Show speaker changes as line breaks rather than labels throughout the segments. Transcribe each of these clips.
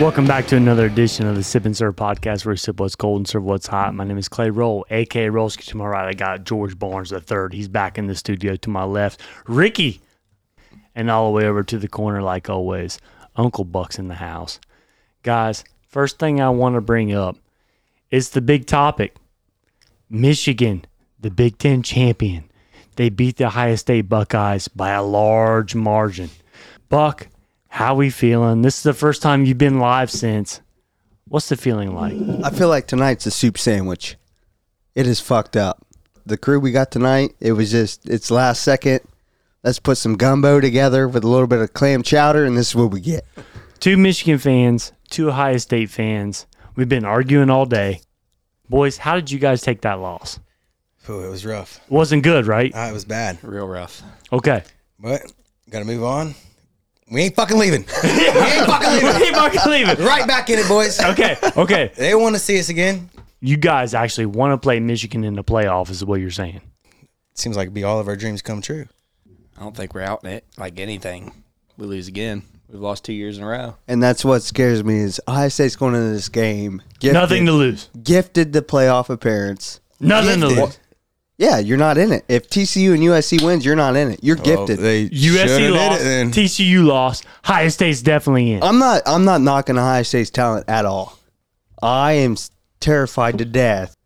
Welcome back to another edition of the Sip and Serve podcast where we sip what's cold and serve what's hot. My name is Clay Roll, aka Rollski. To my right, I got George Barnes III. He's back in the studio to my left. Ricky. And all the way over to the corner, like always, Uncle Buck's in the house. Guys, first thing I want to bring up is the big topic Michigan, the Big Ten champion. They beat the Ohio State Buckeyes by a large margin. Buck, how we feeling? This is the first time you've been live since. What's the feeling like?
I feel like tonight's a soup sandwich. It is fucked up. The crew we got tonight, it was just it's last second. Let's put some gumbo together with a little bit of clam chowder, and this is what we get.
Two Michigan fans, two Ohio State fans. We've been arguing all day. Boys, how did you guys take that loss?
Ooh, it was rough.
Wasn't good, right?
Ah, it was bad.
real rough.
Okay.
But gotta move on. We ain't fucking leaving. we ain't fucking leaving.
Hey, Mark, leave it.
Right back in it, boys.
Okay, okay.
They want to see us again.
You guys actually want to play Michigan in the playoff, is what you're saying.
Seems like it'd be all of our dreams come true.
I don't think we're out in it like anything. We lose again. We've lost two years in a row.
And that's what scares me is Ohio State's going into this game. Gifted,
Nothing to lose.
Gifted the playoff appearance.
Nothing to
Gifted.
lose.
Yeah, you're not in it. If TCU and USC wins, you're not in it.
Oh,
You're gifted.
USC lost. TCU lost. Ohio State's definitely in.
I'm not. I'm not knocking Ohio State's talent at all. I am s- terrified to death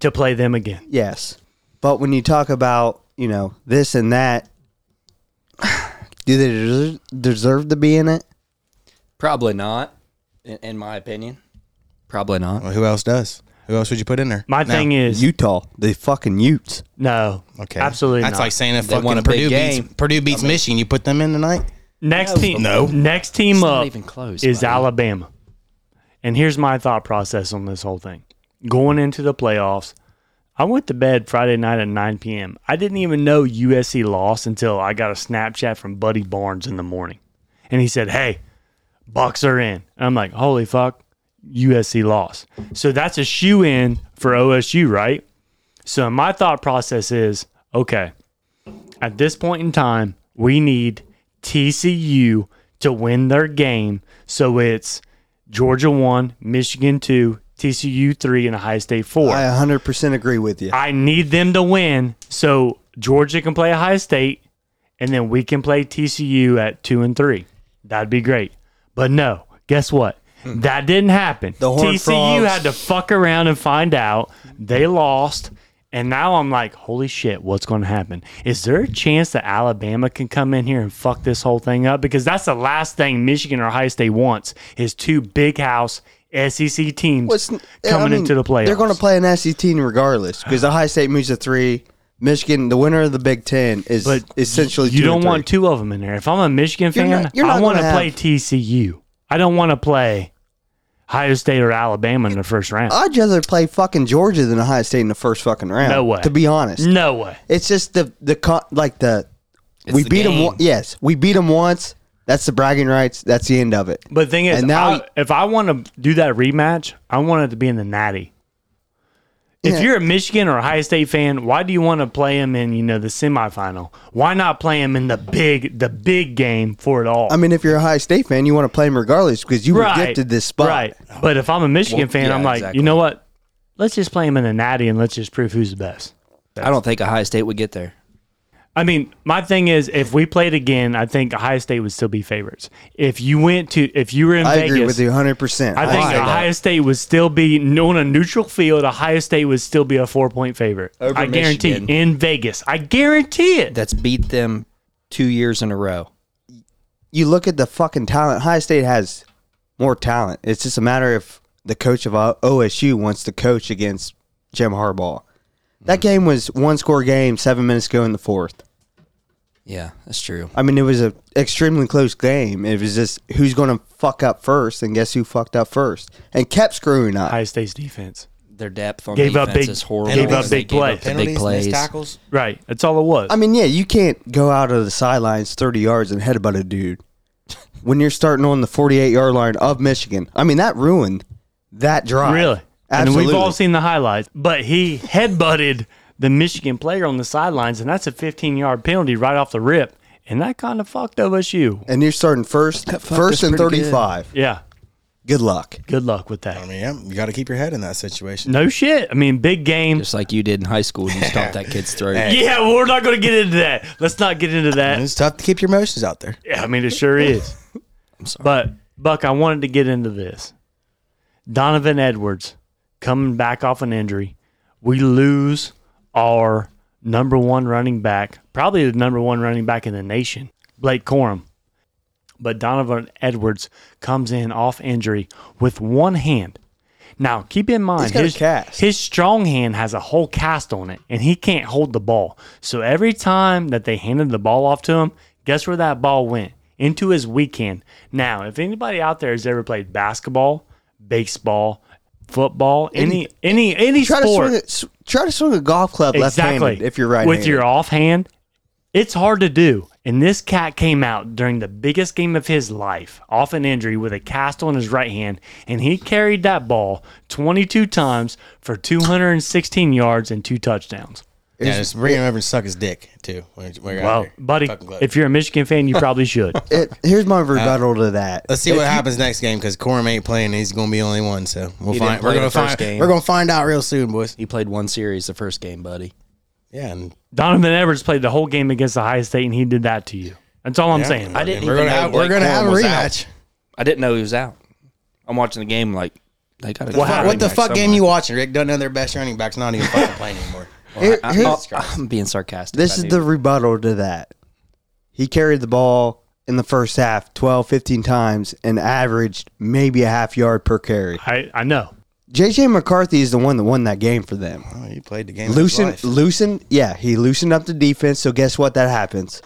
to play them again.
Yes. But when you talk about, you know, this and that, do they deserve, deserve to be in it?
Probably not, in, in my opinion. Probably not.
Well, who else does? Who else would you put in there?
My thing is
Utah, the fucking Utes.
no.
Okay.
Absolutely
That's
not.
like saying if
They won
fucking
a big
Purdue beats,
game.
Purdue beats Michigan, you put them in tonight?
Next team,
No.
Next team
not
up
even close,
is
buddy.
Alabama. And here's my thought process on this whole thing. Going into the playoffs, I went to bed Friday night at 9 p.m. I didn't even know USC lost until I got a Snapchat from Buddy Barnes in the morning, and he said, "Hey, Bucks are in." And I'm like, "Holy fuck, USC lost." So that's a shoe in for OSU, right? So my thought process is, okay, at this point in time, we need TCU to win their game. So it's Georgia 1, Michigan 2, TCU 3, and Ohio State 4.
I 100% agree with you.
I need them to win so Georgia can play Ohio State and then we can play TCU at 2 and 3. That'd be great. But no, guess what? That didn't happen.
Mm. The Horned
TCU
Frogs.
had to fuck around and find out. They lost. And now I'm like, holy shit, what's going to happen? Is there a chance that Alabama can come in here and fuck this whole thing up? Because that's the last thing Michigan or Ohio State wants is two big house SEC teams
What's-
coming
I mean,
into the playoffs.
They're going to play an SEC team regardless because Ohio State moves to three. Michigan, the winner of the Big Ten, is
but
essentially
you
two
don't
and three.
want two of them in there. If I'm a Michigan
You're
fan,
not- you're
I
not
want to
gonna
play
have-
TCU. I don't want to play Ohio State or Alabama in the first round.
I'd rather play fucking Georgia than Ohio State in the first fucking round.
No way.
To be honest,
no way.
It's just the the co- like the
It's
we
the
beat
game.
them. Yes, we beat them once. That's the bragging rights. That's the end of it.
But the thing is,
And now-
I- if I want to do that rematch, I want it to be in the Natty. If
Yeah.
you're a Michigan or Ohio State fan, why do you want to play him in you know the semifinal? Why not play him in the big the big game for it all?
I mean, if you're a Ohio State fan, you want to play them regardless because you were gifted this spot.
Right. But if I'm a Michigan
Well,
fan,
yeah,
I'm like,
exactly.
you know what? Let's just play him in the Natty and let's just prove who's the best.
I don't think Ohio State would get there.
I mean, my thing is, if we played again, I think Ohio State would still be favorites. If you went to, if you were in
I
Vegas,
agree with you 100. percent
I think Ohio State would still be on a neutral field. Ohio State would still be a four point favorite.
Over
I guarantee
Michigan.
in Vegas. I guarantee it.
That's beat them two years in a row.
you look at the fucking talent. Ohio State has more talent. It's just a matter if the coach of O- OSU wants to coach against Jim Harbaugh.
Mm-hmm.
That game was one score game, seven minutes ago in the fourth.
Yeah, that's true.
I mean, it was a extremely close game. It was just who's going to fuck up first, and guess who fucked up first and kept screwing up.
Ohio State's defense.
Their depth on
Gave up
defense
big-
is horrible.
gave up
They
big
gave
plays.
the big
missed
plays.
tackles.
Right. That's all it was.
I mean, yeah, you can't go out of the sidelines thirty yards and headbutt a dude when you're starting on the forty-eight yard line of Michigan. I mean, that ruined that drive.
Really?
Absolutely.
And we've all seen the highlights. But he headbutted the Michigan player on the sidelines, and that's a 15 yard penalty right off the rip. And that kind of fucked OSU.
and you're starting first,
That fucked
first
us
and
pretty good.
thirty-five.
Yeah.
Good luck.
Good luck with
I
that.
mean, yeah, you got to keep your head in that situation.
No shit. I mean, big game.
Just like you did in high school, when you stopped that kid's throat.
Yeah, well, we're not going to get into that. Let's not get into that.
It's tough to keep your emotions out there.
Yeah, I mean it sure is. But Buck, I wanted to get into this. Donovan Edwards coming back off an injury. We lose our number one running back, probably the number one running back in the nation, Blake Corum. But Donovan Edwards comes in off injury with one hand. Now, keep in mind,
got a
his,
cast.
his strong hand has a whole cast on it, and he can't hold the ball. So every time that they handed the ball off to him, guess where that ball went? Into his weak hand. Now, if anybody out there has ever played basketball, baseball, football, any any any
Try to,
sport,
swing a, s- try to swing a golf club left-handed if you're right
with your off hand, it's hard to do. And this cat came out during the biggest game of his life off an injury with a cast on his right hand, and he carried that ball 22 times for 216 yards and two touchdowns.
Yeah, just bring him over and suck his dick too. When, when you're out
Well,
there.
buddy,
Fucking glad.
if you're a Michigan fan, you probably should.
It, here's my rebuttal to that.
Let's see what happens next game because Corum ain't playing. and He's gonna be the only one. So we'll
He
find.
didn't
We're
play
gonna
the first
find.
game.
We're gonna find out real soon, boys.
He played one series the first game, buddy.
Yeah, and
Donovan Edwards played the whole game against the Ohio State, and he did that to you. That's all I'm saying.
I didn't
we're
even
gonna
know
have, we're
Blake
gonna have a
Corum was out.
rematch.
I didn't know he was out. I'm watching the game like they got to
What happened?
What the fuck game you watching, Rick? Don't know their best running back's not even fucking playing anymore.
Here- here's-
I'm being sarcastic. I
this is
knew.
the rebuttal to that. He carried the ball in the first half 12, 15 times and averaged maybe a half yard per carry.
I, I know.
JJ McCarthy is the one that won that game for them.
Oh, you played the game. of his
Loosen,
life.
loosen, yeah, he loosened up the defense. So guess what? That happens.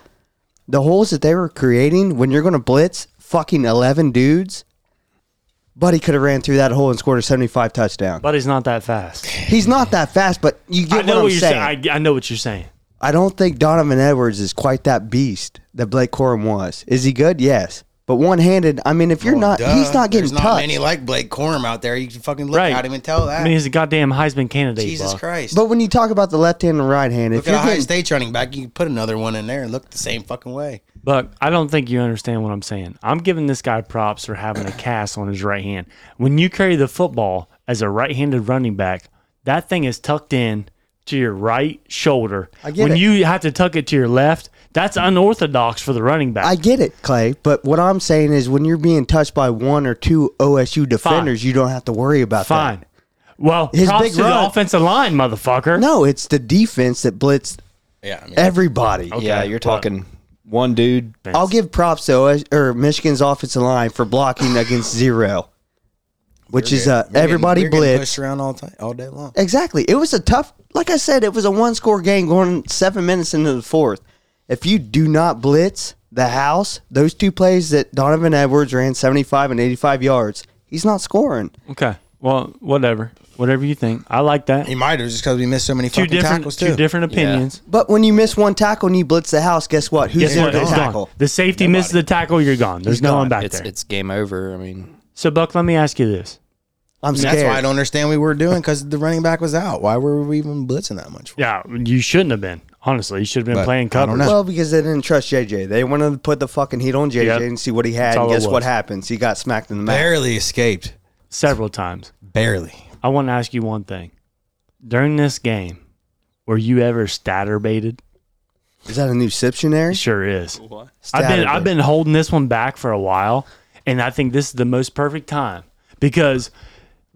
The holes that they were creating when you're going to blitz fucking eleven dudes, Buddy could have ran through that hole and scored a seventy-five touchdown.
But he's not that fast.
He's not that fast, but you get
I know
what,
what,
I'm
you're
saying.
saying. I, I know what you're saying.
I, don't think Donovan Edwards is quite that beast that Blake Corum was. Is he good? Yes, but one-handed. I mean, if you're not,
Duh.
he's not getting
There's not
touched.
many like Blake Corum out there. You can fucking look
Right.
at him and tell that.
I mean, he's a goddamn Heisman candidate.
Jesus
Buck.
Christ.
but when you talk about the left hand and right hand, if
Look at
you're
Ohio
getting,
State running back. You can put another one in there and look the same fucking way.
Buck, I don't think you understand what I'm saying. I'm giving this guy props for having a cast on his right hand. When you carry the football as a right-handed running back, that thing is tucked in to your right shoulder. I
get
when
it. Mm.
you have to tuck it to your left, that's unorthodox for the running back.
I get it, Clay, but what I'm saying is when you're being touched by one or two OSU defenders, you don't have to worry about
Fine.
that.
Well,
His
props
big
to the
run-
offensive line, motherfucker.
No, it's the defense that blitzed
Yeah, I mean,
everybody.
Yeah,
Okay,
you're
what?
talking one dude.
I'll give props to OS, or Michigan's offensive line for blocking against zero, which is uh,
we're getting-
everybody
we're getting
blitz.
pushed around all time, all day long.
Exactly. It was a tough, like I said, it was a one score game going seven minutes into the fourth. If you do not blitz the house, those two plays that Donovan Edwards ran 75 and 85 yards, he's not scoring.
Okay. Well, whatever. Whatever you think. I like that.
He might have just because we missed so many
Two
fucking
different
tackles too.
two different opinions.
But when you miss one tackle and you blitz the house, guess what? Who's
Guess
there
what?
to
It's
tackle?
gone. The safety misses the tackle. You're gone. There's no one back
it's
there.
it's game over. I mean,
so, Buck, let me ask you this.
I'm
And
scared.
That's why I don't understand what we were doing because the running back was out. Why were we even blitzing that much? For?
Yeah, you shouldn't have been. Honestly, you should have been
But
playing
I don't
cover.
know.
Well, because they didn't trust JJ. They wanted to put the fucking heat on JJ
Yep.
and see what he had.
That's all
And
it
guess what
was.
happens? He got smacked in the mouth.
Barely escaped.
several times.
Barely.
I want to ask you one thing. During this game, were you ever statterbaited?
Is that a new
It
dictionary?
sure is. I've been I've been holding this one back for a while, and I think this is the most perfect time because,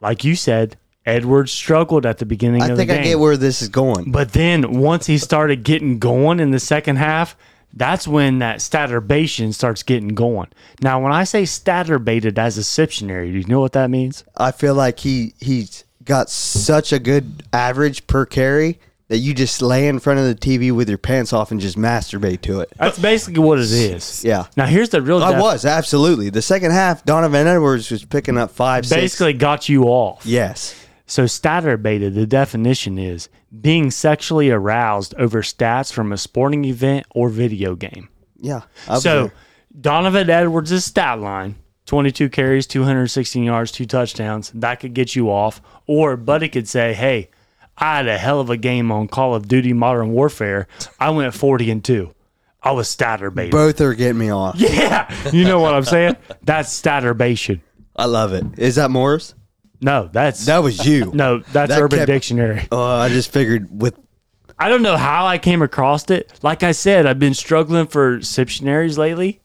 like you said, Edwards struggled at the beginning
I
of the
think
game.
I get where this is going.
But then once he started getting going in the second half, that's when that staturbation starts getting going. Now, when I say staturbaited as a dictionary, do you know what that means?
I feel like he he's got such a good average per carry that you just lay in front of the TV with your pants off and just masturbate to it.
That's basically what it is.
Yeah.
Now here's the real.
I
def-
was absolutely the second half. Donovan Edwards was picking up five, six.
basically got you off.
yes.
So staturbaited, the definition is being sexually aroused over stats from a sporting event or video game.
Yeah. I was
So
there.
Donovan Edwards' stat line 22 carries, 216 yards, two touchdowns. That could get you off. Or Buddy could say, hey, I had a hell of a game on Call of Duty Modern Warfare. I went 40 and 2. I was statter baited.
both are getting me off.
yeah. You know what I'm saying? That's staturbation.
I love it. Is that Morris?
No, that's
That was you.
no, that's
that
Urban
kept-
Dictionary.
Oh, I just figured with
I don't know how I came across it. Like I said, I've been struggling for dictionaries lately,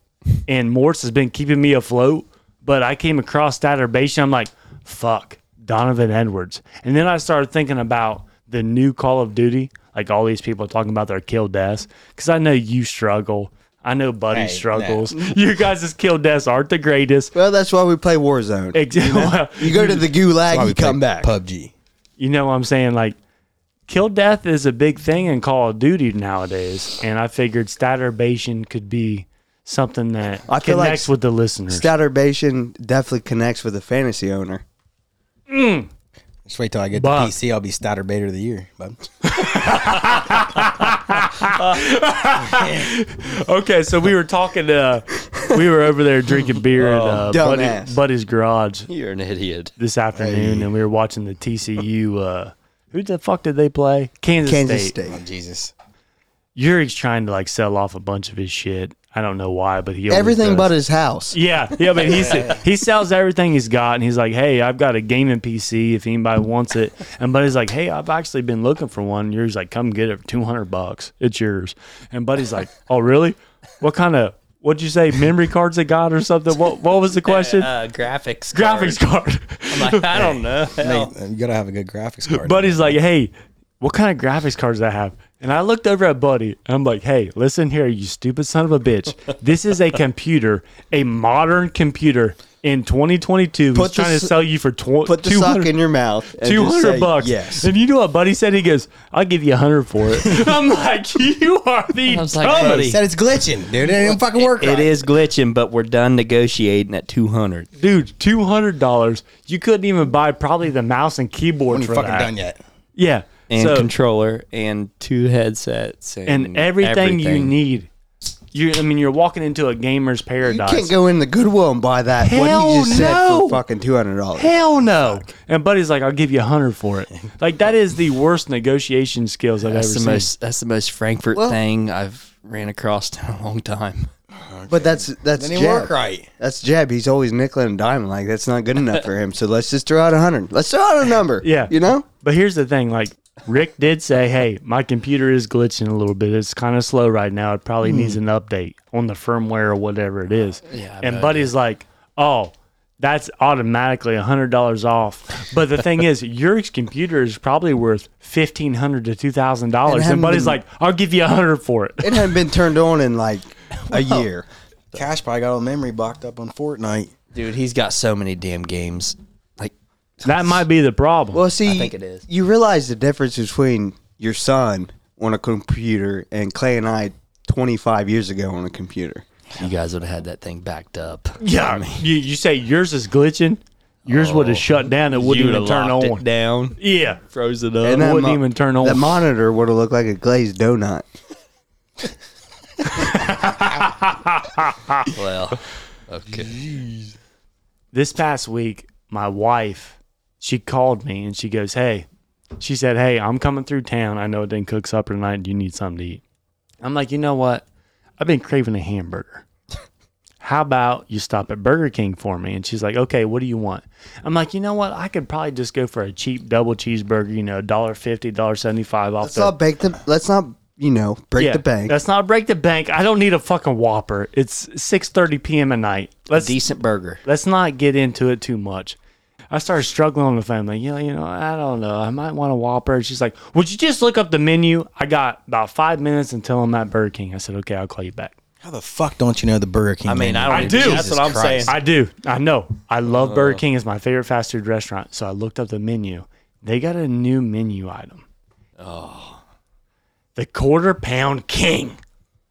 and Morse has been keeping me afloat. But I came across that herbation. I'm like, fuck, Donovan Edwards. And then I started thinking about the new Call of Duty. Like all these people talking about their kill deaths. Because I know you struggle. I know Buddy
Hey,
struggles. You guys' kill deaths aren't the greatest.
Well, that's why we play Warzone.
Ex- well,
You go to the gulag, you
play
come back.
PUBG.
you know what I'm saying? Like, kill death is a big thing in Call of Duty nowadays, and I figured staturbation could be something that
I feel like
connects with the listeners.
Staturbation definitely connects with the fantasy owner.
Just wait till I get
But-
to PC. I'll be Stoddard Bader of the year. Bud.
okay, so we were talking. Uh, we were over there drinking beer at uh, Buddy,
Oh, dumbass.
Buddy's garage
You're an idiot.
this afternoon, and we were watching the TCU. Uh, who the fuck did they play? Kansas,
Kansas
State.
State.
Oh, Jesus.
Yuri's trying to like sell off a bunch of his shit. I don't know why, but he always
Everything
does.
but his house.
Yeah, yeah, but he's he sells everything he's got, and he's like, "Hey, I've got a gaming PC if anybody wants it." And Buddy's like, "Hey, I've actually been looking for one." And Yuri's like, "Come get it for two hundred bucks. It's yours." And Buddy's like, "Oh, really? What kind of what'd you say? Memory cards they got or something? What what was the question?
Uh, graphics.
Graphics card."
card. Like, I don't know. Hell.
You gotta have a good graphics card.
Buddy's like, "Hey, what kind of graphics cards do I have?" And I looked over at Buddy, and I'm like, "Hey, listen here, you stupid son of a bitch. This is a computer, a modern computer in 2022.
Put
He's trying
the
to
s-
sell you for tw-
Put the sock
200
in your mouth. and just
200
say
bucks.
Yes.
And you know what Buddy said? He goes, I'll give you 100 for it. I'm like, you are the
I was
dumbest.
like,
He
buddy,
said it's glitching, dude. It didn't fucking work.
it
right.
is glitching, but we're done negotiating at 200.
Dude, $200. You couldn't even buy probably the mouse and keyboard
When you
for
fucking
that.
done yet?
Yeah.
And
So-
controller and two headsets and,
and everything, you
Mm, everything.
need. You, I mean, you're walking into a gamer's
You
paradise.
can't go in the Goodwill and buy that. what
Hell
he just said
no.
for fucking two hundred dollars.
Hell no! And Buddy's like, "I'll give you a hundred for it." Like that is the worst negotiation skills I've
That's
ever
the
seen.
most. That's the most Frankfurt
Well-
thing I've ran across in a long time.
But that's that's
Didn't
Jeb.
even work right.
That's Jeb. He's always nickel and diamond. Like that's not good enough for him. So let's just throw out a hundred. Let's throw out a number.
Yeah.
You know.
But here's the thing, like Rick did say, "Hey, my computer is glitching a little bit. It's kind of slow right now. It
Hmm.
probably needs an update on the firmware or whatever it is."
Yeah, I
and
know,
Buddy's like, "Oh, that's automatically hundred dollars off." But the thing is, your computer is probably worth fifteen hundred to two thousand dollars. And
hadn't
Buddy's
been-
like, "I'll give you a hundred for it."
It hadn't been turned on in like a year.
Cash probably got all the memory blocked up on Fortnite.
Dude, he's got so many damn games. Like,
that might be the problem.
Well, see,
think it is.
You realize the difference between your son on a computer and Clay and I 25 years ago on a computer.
you guys would have had that thing backed up.
yeah, you, you say yours is glitching. Yours would have shut down. It wouldn't
Oh, You
even
would've
turn
locked it
on.
down,
Yeah,
froze it up.
it wouldn't
mo-
even turn on.
That monitor would have looked like a glazed donut.
well, okay.
this past week, my wife, she called me and she goes, Hey, she said, Hey, I'm coming through town. I know it didn't cook supper tonight. Do you need something to eat? I'm like, You know what? I've been craving a hamburger. How about you stop at Burger King for me? And she's like, Okay, what do you want? I'm like, You know what? I could probably just go for a cheap double cheeseburger, you know, $1.50, $1.75 off
Let's
the
not bake the. Let's not you know break the bank.
That's not break the bank. I don't need a fucking whopper. It's 6:30 p.m. at night. Let's
Decent burger.
let's not get into it too much. I started struggling on the phone, like, yeah, you know, I don't know. I might want a Whopper. And she's like, would you just look up the menu? I got about five minutes until I'm at Burger King. I said, okay, I'll call you back.
How the fuck don't you know the Burger King?
I mean,
menu?
I don't.
I
even-
do.
Jesus
That's what I'm Uh.
Christ.
I do. I know. I love Burger King. It's my favorite fast food restaurant. So I looked up the menu. They got a new menu item. Oh. The quarter pound king.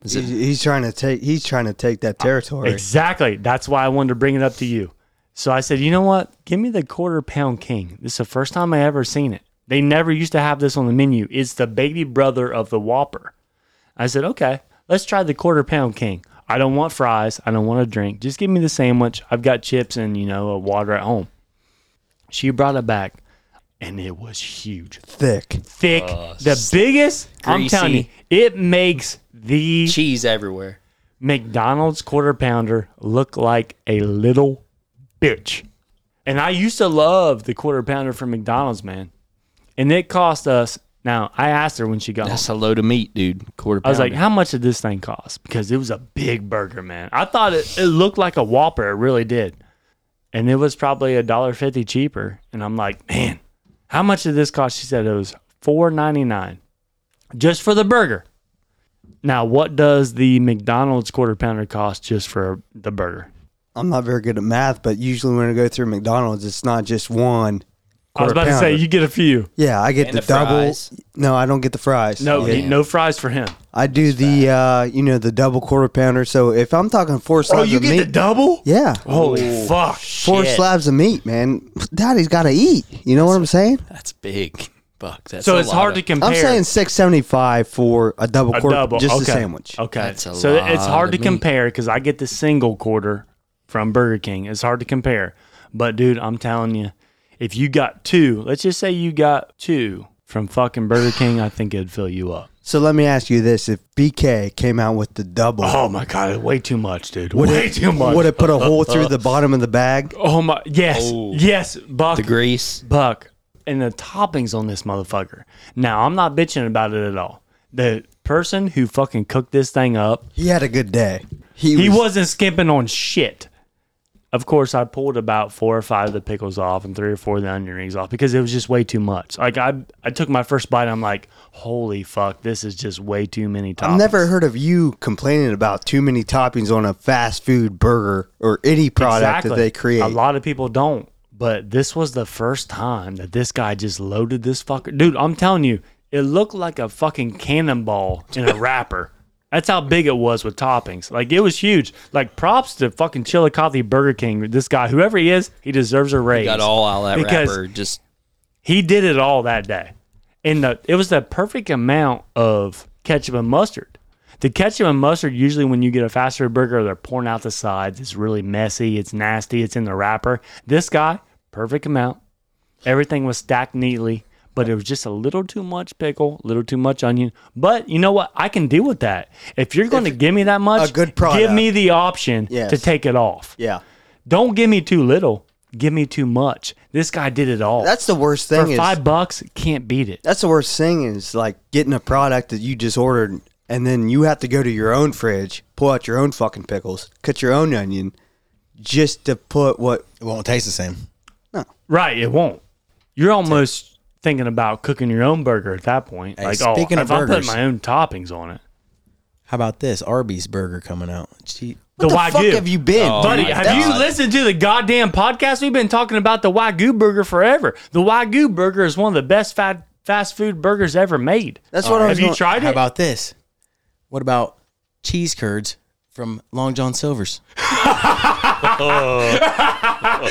He's, he's trying to take. He's trying to take that territory.
Exactly. That's why I wanted to bring it up to you. So I said, you know what? Give me the quarter pound king. This is the first time I ever seen it. They never used to have this on the menu. It's the baby brother of the Whopper. I said, okay, let's try the quarter pound king. I don't want fries. I don't want a drink. Just give me the sandwich. I've got chips and, you know, water at home. She brought it back and it was huge.
Thick.
Thick. the biggest. I'm telling you,
greasy.
it makes the
Cheese everywhere.
McDonald's quarter pounder look like a little bitch. And I used to love the quarter pounder from McDonald's, man. And it cost us. Now I asked her when she got. home.
That's a load of meat, dude. Quarter.
I was like,
pounder.
"How much did this thing cost?" Because it was a big burger, man. I thought it, it looked like a Whopper. It really did. And it was probably a dollar fifty cheaper. And I'm like, "Man, how much did this cost?" She said it was four ninety nine, just for the burger. Now, what does the McDonald's quarter pounder cost just for the burger?
I'm not very good at math, but usually when I go through McDonald's, it's not just one.
I was
quarter
about to say
pounder.
you get a few.
Yeah, I get
And
the,
the
double.
fries.
No, I don't get the fries.
No,
Yeah.
he- no fries for him.
I do the uh, you know the double quarter pounder. So if I'm talking
Oh,
four slabs of meat,
double?
yeah,
Holy fuck!
four
Shit.
slabs of meat, man. Daddy's got to eat. You know what I'm saying?
That's big. Fuck. That's
So
a
it's
lot
hard
of-
to compare.
I'm saying six seventy five for a double
a
quarter,
double,
just
okay.
a sandwich.
Okay,
That's a
so
lot
it's hard
of
to
meat.
compare because I get the single quarter from Burger King. It's hard to compare, but dude, I'm telling you, if you got two, let's just say you got two from fucking Burger King, I think it'd fill you up.
So let me ask you this: If BK came out with the double,
Oh my god, way too much, dude.
would
way
it,
too much.
Would it put a hole through the bottom of the bag?
oh my, yes, yes, Buck.
the grease.
buck and the toppings on this motherfucker. Now I'm not bitching about it at all. The person who fucking cooked this thing up,
He had a good day.
he wasn't skimping on shit. Of course, I pulled about four or five of the pickles off and three or four of the onion rings off because it was just way too much. Like I, I took my first bite, I'm like, holy fuck, this is just way too many toppings.
I've never heard of you complaining about too many toppings on a fast food burger or any product that they create.
A lot of people don't. But this was the first time that this guy just loaded this fucker. Dude, I'm telling you, it looked like a fucking cannonball in a wrapper. That's how big it was with toppings. Like it was huge. Like props to fucking Chillicothe Burger King. This guy, whoever he is, he deserves a raise.
Got all out of that
Because-
wrapper. Just
He did it all that day. And the, it was the perfect amount of ketchup and mustard. The ketchup and mustard, usually when you get a fast food burger, they're pouring out the sides. It's really messy. It's nasty. It's in the wrapper. This guy, perfect amount. Everything was stacked neatly, but it was just a little too much pickle, a little too much onion. But you know what? I can deal with that. If you're going to give me that much,
a good
give
product.
me the option
Yes.
to take it off.
yeah,
Don't give me too little. Give me too much. This guy did it all
that's the worst thing.
for
is,
five bucks, can't beat it.
That's the worst thing is like getting a product that you just ordered and then you have to go to your own fridge, pull out your own fucking pickles, cut your own onion just to put what
It won't taste the same.
Right, it won't. You're almost thinking about cooking your own burger at that point.
Hey,
like, oh,
speaking
if
of
I'm putting
burgers-
my own toppings on it,
How about this Arby's burger coming out? Gee,
what the
Wagyu.
fuck have you been?
Oh,
Buddy,
my
have
God.
you listened to the goddamn podcast? We've been talking about the Wagyu burger forever. The Wagyu burger is one of the best fat, fast food burgers ever made.
That's what I was
Have you
going
tried
How
it?
about this? What about cheese curds from Long John Silver's? How about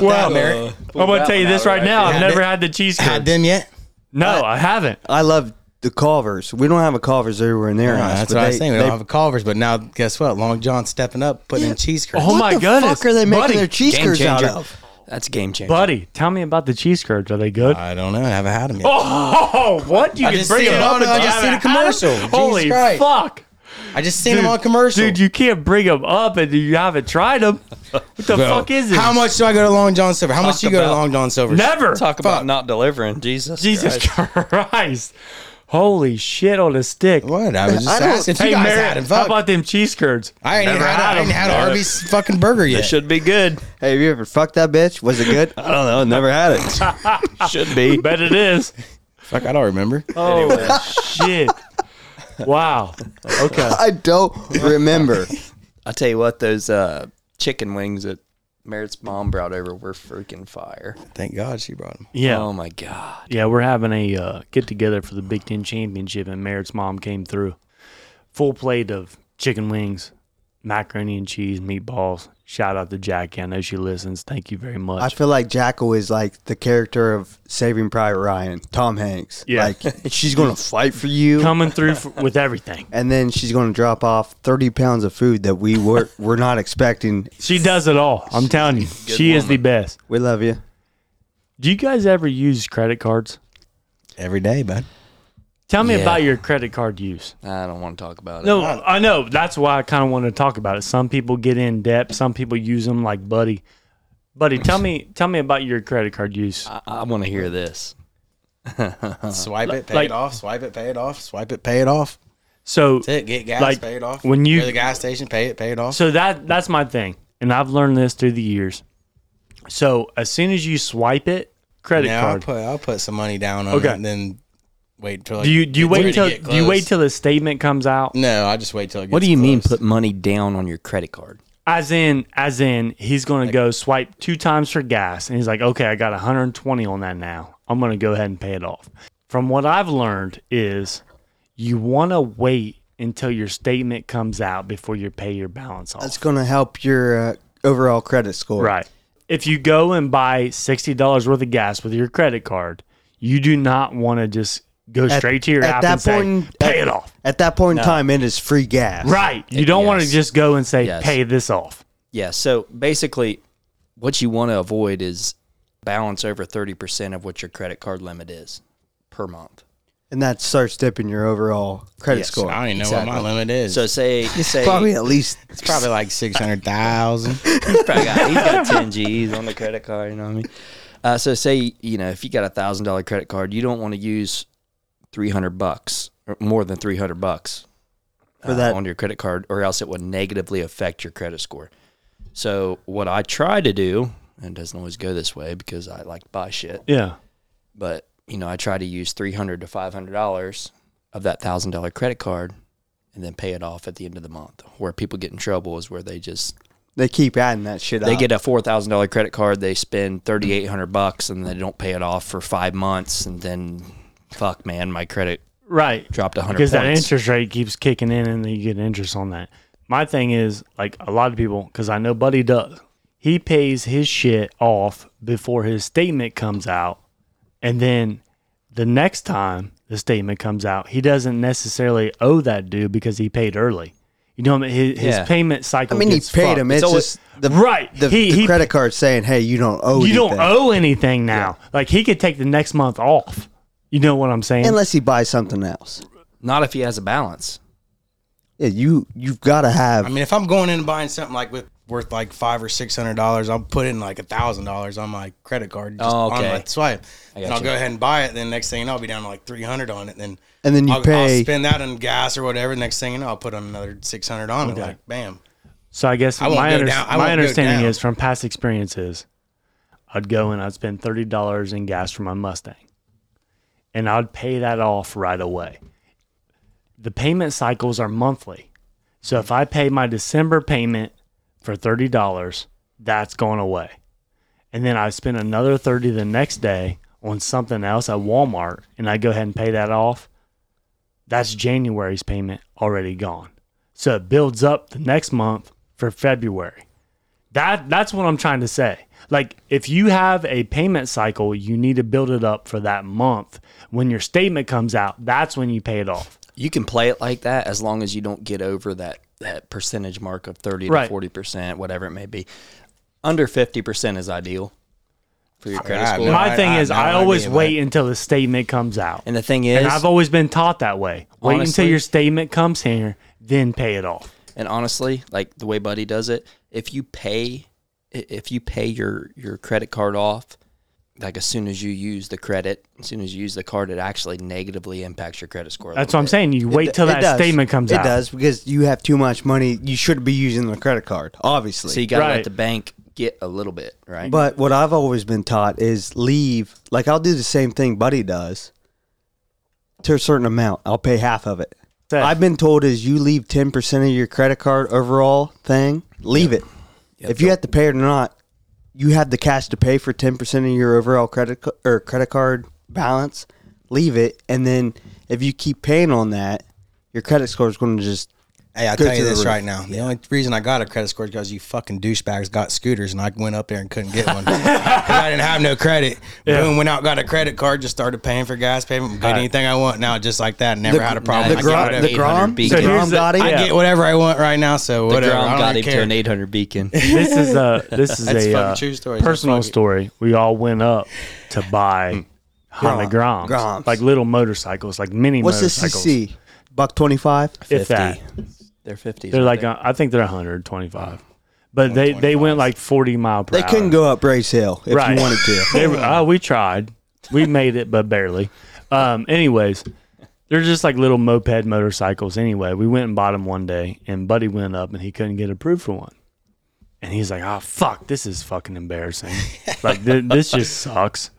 Well,
that,
uh,
Merritt?
I'm going to tell you this right now. I've
Yeah,
never
they-
had the cheese
had
curd.
them yet?
No, I haven't.
I love the Culvers. We don't have a Culvers everywhere in their
No,
house.
that's
but
what I
they-
was saying. We
they-
don't have a Culver's, but now guess what? Long John's stepping up, putting in cheese curds.
Oh
what
my
the
goodness,
fuck are they making
buddy.
their cheese
Game
curds out
changer.
of?
that's a game changer.
Buddy, tell me about the cheese curds. Are they good?
I don't know. I haven't had them yet.
Oh, what? You
I
can
just
bring
seen
it
it
up.
on- I
and
just
you
seen a
haven't
commercial.
had it?
Jesus
Holy
Christ.
fuck.
I just seen them on commercial.
Dude, you can't bring them up and you haven't tried them. What the
Well,
fuck is this?
How much do I go to Long John Silver? How much
Talk
do you go to
about-
Long John Silver's?
Never.
Talk about not delivering. Jesus.
Jesus
Christ.
Christ. Holy shit on a stick.
What? I was
I
just
don't-
asking if you
Hey,
guys
Merritt,
had them.
how
Fuck.
about them cheese curds?
I ain't
Never
had,
had
I ain't
'em.
had Arby's fucking burger yet.
Should be good.
Hey, have you ever fucked that bitch? Was it good? I don't know. Never had it.
Should be.
Bet it is.
Fuck, I don't remember.
Oh, shit. Wow. Okay.
I don't remember.
I tell you what, those uh, chicken wings that Merritt's mom brought over were freaking fire.
Thank God she brought them.
Yeah.
Oh my god.
Yeah, we're having a uh, get together for the Big Ten championship, and Merritt's mom came through. Full plate of chicken wings, macaroni and cheese, meatballs. Shout out to Jackie. I know she listens. Thank you very
I
much.
feel like Jackal is like the character of Saving Private Ryan, Tom Hanks.
Yeah.
Like she's gonna fight for you,
Coming through for, with everything.
and then she's gonna drop off thirty pounds of food that we were we're not expecting.
She does it all. I'm telling you, she is the best.
We love you.
Do you guys ever use credit cards?
Every day, bud.
Tell me
Yeah.
about your credit card use.
I don't want to talk about it.
No, I know. That's why I kind of want to talk about it. Some people get in debt. Some people use them like Buddy. buddy. Tell me, tell me about your credit card use.
I, I want to hear this.
Swipe it, pay
like-
it off. Swipe it, pay it off. Swipe it, pay it off.
So,
That's it. Get gas,
Like,
pay it off.
when you-
go to the gas station, pay it, pay it off.
so that that's my thing, and I've learned this through the years. So as soon as you swipe it, credit
Now I'll
card.
put I'll put some money down on
Okay.
it and then wait till like,
do you do you
it's ready
wait
to
till
get
do you
close. Mm.
wait till the statement comes out?
No, I just wait till it gets
What do you mean
close.
put money down on your credit card?
As in, as in, he's going to go swipe two times for gas, and he's like, "Okay, I got 120 on that now. I'm going to go ahead and pay it off." From what I've learned is, you want to wait until your statement comes out before you pay your balance off.
That's going to help your uh, overall credit score.
right. If you go and buy sixty dollars worth of gas with your credit card, you do not want to just go straight to your
at
app
that Eh,
and say,
point-
"Pay it off."
At that point in time, it is free gas.
Right. You don't want to
yes.
just go and say,
Yes.
"Pay this off."
Yeah. So basically, what you want to avoid is balance over 30% of what your credit card limit is per month.
And that starts dipping your overall credit
Yes,
score.
I don't even know what
Exactly.
my limit is.
So say, say
Probably at least
it's probably like six hundred thousand.
he's probably got, he's got 10 G's on the credit card. You know what I mean? Uh, so say, you know, if you got a thousand dollar credit card, you don't want to use 300 bucks or more than 300 bucks uh,
For that-
on your credit card or else it would negatively affect your credit score. So what I try to do, and it doesn't always go this way because I like to buy shit.
Yeah.
but you know, I try to use three hundred to five hundred dollars of that thousand dollar credit card and then pay it off at the end of the month. Where people get in trouble is where they just
they keep adding that shit
they
Uh,
up.
get a four thousand dollar credit card, they spend thirty eight hundred bucks and they don't pay it off for five months and then fuck man, my credit
Right.
dropped a hundred
because
points.
that interest rate keeps kicking in and then you get interest on that. My thing is like a lot of people because I know Buddy does. He pays his shit off before his statement comes out, and then the next time the statement comes out, he doesn't necessarily owe that due because he paid early. You know, his, his
Yeah.
payment cycle.
I mean, he
gets
paid
fucked.
him. It's,
always-
just the,
right.
The,
He-
the
he-
credit card saying, "Hey, you don't owe.
You don't
anything."
owe anything now. Like he could take the next month off. You know what I'm saying?
unless he buys something else.
Not if he has a balance.
Yeah, you you've got to have.
I mean, if I'm going in and buying something like with worth like five or six hundred dollars, I'll put in like a thousand dollars on my credit card just
Oh, okay.
on my swipe, and
got
I'll
you.
go ahead and buy it. Then next thing you know, I'll be down to like three hundred on it. Then
And then you
I'll,
pay-
I'll spend that on gas or whatever. Next thing you know, I'll put on another six hundred on it. Like bam,
So I guess
won't
my,
go
under-
down- I
my
won't go
understanding
down.
is from past experiences, I'd go and I'd spend thirty dollars in gas for my Mustang, and I'd pay that off right away. The payment cycles are monthly, so if I pay my December payment for thirty dollars, that's going away, and then I spend another thirty the next day on something else at Walmart, and I go ahead and pay that off. That's January's payment already gone. So it builds up the next month for February. That that's what I'm trying to say. Like if you have a payment cycle, you need to build it up for that month. When your statement comes out, that's when you pay it off.
You can play it like that as long as you don't get over that that percentage mark of thirty
Right.
to forty percent, whatever it may be. Under fifty percent is ideal for your credit
I
score.
know.
My
I-
thing
I-
is
no,
I
I
always
get it,
wait until the statement comes out.
And the thing is,
And I've always been taught that way. Wait until
Honestly-
your statement comes here, then pay it off.
and honestly, like the way Buddy does it, if you pay, i- if you pay your your credit card off, like as soon as you use the credit, as soon as you use the card, it actually negatively impacts your credit score. a
That's
little
what I'm saying. You wait till
It
that
does.
statement comes
It
out.
does because you have too much money. You should be using the credit card, obviously.
bit. So you gotta
Right.
let the bank get a little bit, right?
But what I've always been taught is leave. Like I'll do the same thing Buddy does. To a certain amount, I'll pay half of it.
Seth.
I've been told is you leave ten percent of your credit card overall thing, leave it. if you have to pay it or not, you have the cash to pay for ten percent of your overall credit ca- or credit card balance. Leave it, and then if you keep paying on that, your credit score is going to just
Hey, I'll
Go
tell you
to the
this
roof.
right now. The only reason I got a credit score is because you fucking douchebags got scooters and I went up there and couldn't get one. 'Cause I didn't have no credit. Boom, went out, got a credit card, just started paying for gas payment, got anything I want now, just like that. Never had a problem.
the
I,
gro-
get whatever,
the Grom,
800
the
So
here's
Grom
the-
got it.
I
I
yeah.
get whatever I want right now, so
the
whatever. I
ground
don't
got him
even
to
care.
an eight hundred beacon.
this is a this is
That's
a
fucking
uh,
true story.
personal
Fuck it.
story. We all went up to buy Honda Groms,
Groms.
like little motorcycles, like mini
What's the
motorcycles.
CC? Buck twenty five.
If that, uh,
They're fifty.
they're like uh, I think they're 125, But they, they went like 40 mile per
They
hour.
couldn't go up Brace Hill if
Um, Right.
you wanted to.
They were- uh, we tried. We made it, but barely. Um, anyways, they're just like little moped motorcycles. Anyway, we went and bought them one day, and Buddy went up and he couldn't get approved for one. And he's like, oh, fuck, this is fucking embarrassing. like, th- this just sucks.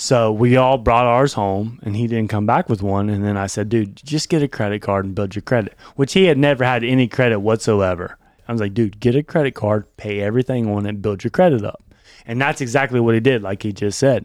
So we all brought ours home, and he didn't come back with one. And then I said, dude, just get a credit card and build your credit, which he had never had any credit whatsoever. I was like, dude, get a credit card, pay everything on it, build your credit up. And that's exactly what he did, like he just said,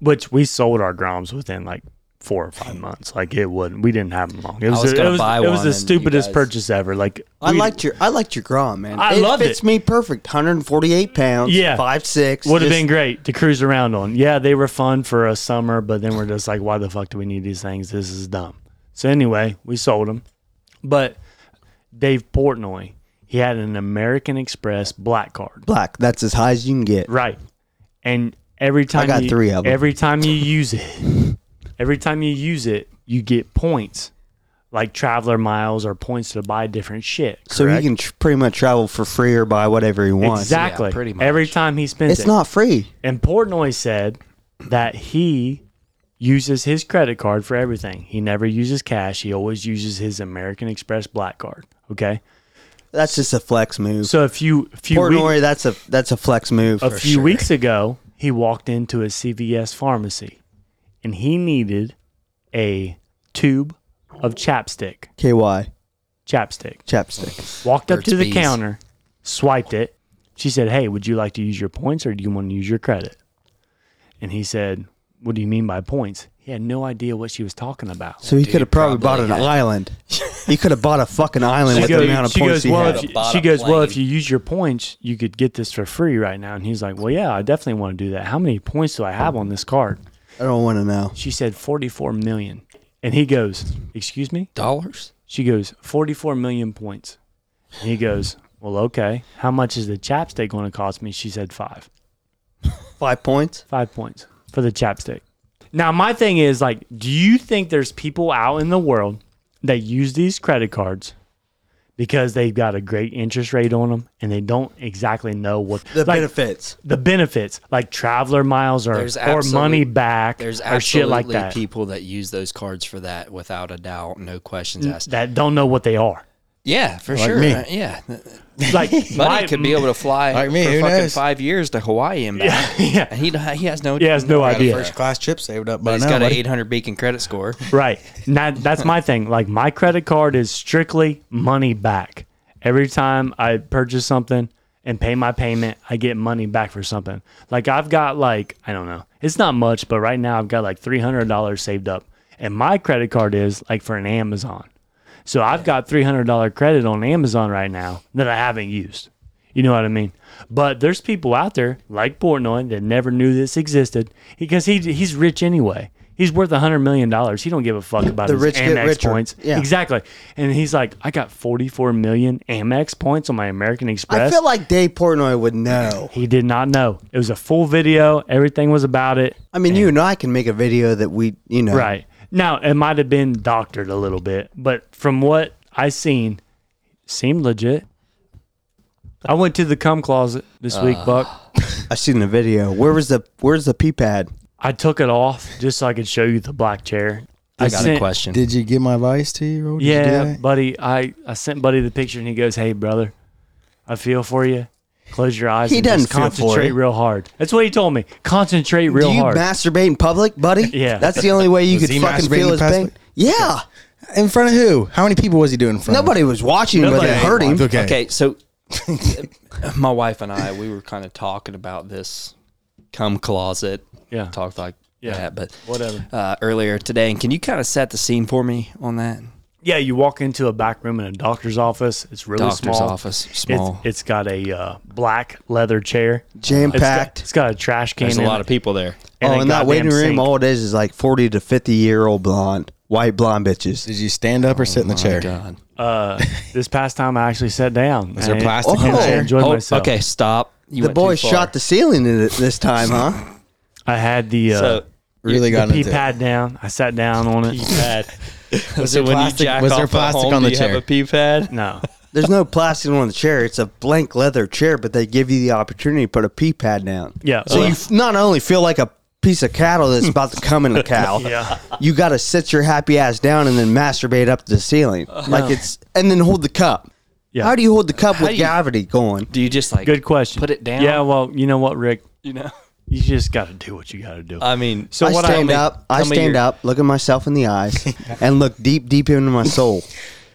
which we sold our Groms within like four or five months. Like it wouldn't, we didn't have them long. It was,
was
it
gonna
was-
buy
it
one
was the
and you
stupidest
guys-
purchase ever. Like
I
we-
liked your I liked your Grom, man.
I
it
loved
fits
it.
me perfect. 148 pounds.
Yeah.
Five six.
Would have
just-
been great to cruise around on. Yeah, they were fun for a summer, but then we're just like, why the fuck do we need these things? This is dumb. So anyway, we sold them. But Dave Portnoy, he had an American Express black card.
black. That's as high as you can get.
Right. And every time
got
you,
three of 'em.
Every time you use it, every time you use it, you get points, like traveler miles or points to buy different shit.
So he can tr- pretty much travel for free or buy whatever he wants.
Exactly.
pretty much.
Every time he spends
It's
it.
not free.
And Portnoy said that he uses his credit card for everything. He never uses cash. He always uses his American Express black card. Okay.
That's just a flex move.
So a few a few
Portnoy,
weeks,
that's a that's a flex move.
a few weeks ago, he walked into a CVS pharmacy and he needed a tube of chapstick.
KY
Chapstick.
chapstick.
Walked up
Burt's
to the
Bees.
counter, swiped it. She said, Hey, would you like to use your points or do you want to use your credit? And he said, What do you mean by points? He had no idea what she was talking about.
So he could have probably, bought
probably
an island. he could have bought a fucking island
She
with
goes,
the amount of
she
points
goes,
he
well,
had.
if you,
Bought a
she goes well, if
plane.
you use your points, you could get this for free right now. And he's like, Well, yeah, I definitely want to do that. How many points do I have on this card?
I don't want to know.
She said, 44 million. And he goes, Excuse me?
Dollars?
She goes, 44 million points. And he goes, Well, okay. How much is the chapstick going to cost me? She said, Five.
Five points.
Five points for the chapstick. Now, my thing is like, do you think there's people out in the world that use these credit cards because they've got a great interest rate on them and they don't exactly know what
The
like,
benefits.
the benefits, like traveler miles or,
There's
or money
absolute-
back
There's
or shit
absolutely
like that
people that use those cards for that without a doubt, no questions asked.
that don't know what they are.
Yeah, for sure.
me.
Uh, Yeah,
Like,
Buddy
why-
could be able to fly
Like me,
for
who
fucking
knows?
five years to Hawaii and back,
yeah.
and he don't- he has no
He has no
Got a
idea.
first class trip saved up,
But
but
he's
now,
got an
buddy.
800 beacon credit score.
Right. Now that's my thing. Like my credit card is strictly money back. Every time I purchase something and pay my payment, I get money back for something. Like I've got like I don't know. It's not much, but right now I've got like three hundred dollars saved up, and my credit card is like for an Amazon. So I've got three hundred dollar credit on Amazon right now that I haven't used. You know what I mean? But there's people out there like Portnoy that never knew this existed because he he's rich anyway. He's worth a hundred million dollars. He don't give a fuck about
The
his
rich get
Amex
richer.
points.
Yeah.
Exactly. And he's like, I got forty four million Amex points on my American
I
Express.
feel like Dave Portnoy would know.
he did not know. It was a full video. Everything was about it.
I mean, you and I can make a video that we, you know,
Right. Now, it might have been doctored a little bit, but from what I seen, seemed legit. I went to the cum closet this week, Buck.
I seen the video. Where was the where's the pee pad?
I took it off just so I could show you the black chair.
I got a
sent-
question.
Did you give my advice to you? Ro? Did you do
Yeah,
that?
buddy. I, I sent buddy the picture and he goes, "Hey, brother, I feel for you. Close your eyes.
He
and just
doesn't feel for
concentrate
it.
real hard. That's what he told me. Concentrate real
Do you
hard.
masturbate in public, buddy?
Yeah.
That's the only way you
Was
could
he
fucking
masturbating
feel his
in
pain.
public?
Yeah.
In front of who? How many people was he doing in front
Nobody was watching, but
Nobody
it hurt
of?
him.
Okay.
Okay, so my wife and I, we were kind of talking about this cum closet.
Yeah.
Talked like
Yeah.
that, but
Whatever.
Uh, earlier today, and can you kind of set the scene for me on that
yeah, you walk into a back room in a doctor's office. It's really
doctor's
small.
office? Small.
It's, it's got a uh, black leather chair,
Jam
It's got,
packed.
it's got a trash can.
There's a
in
lot
it
of people there.
and
oh,
a
in that
goddamn
waiting room,
sink.
all it is is like 40 to 50 year old blonde, white blonde bitches.
Did you stand up or sit in the chair?
God.
Uh, this past time, I actually sat down.
Was there plastic in
I,
the
Oh.
I
chair?
enjoyed
Oh,
myself.
okay, stop. You
The
went too
boy
far.
shot the ceiling in it this time, huh?
I had the uh,
So,
Really got
the pee
into it.
pad down. I sat down on it.
pad. was
there
it when you
plastic-
jack
was there
off at
plastic
home,
on the
do you have
chair?
a pee pad?
No,
there's no plastic on the chair. It's a blank leather chair, but they give you the opportunity to put a pee pad down.
Yeah. Uh-huh.
So you f- not only feel like a piece of cattle that's about to come in a cow.
Yeah.
You got to sit your happy ass down and then masturbate up to the ceiling, like it's, and then hold the cup.
Uh-huh. Yeah.
How do you hold the cup with
do you-
gravity going?
Do you just like
Good question.
Put it down.
Yeah, well, you know what, Rick?
you know.
You just got to do what you got to do.
I mean,
So
I
what I-
stand
tell me-
up. I
tell me
stand
your-
up, look at myself in the eyes, and look deep, deep into my soul.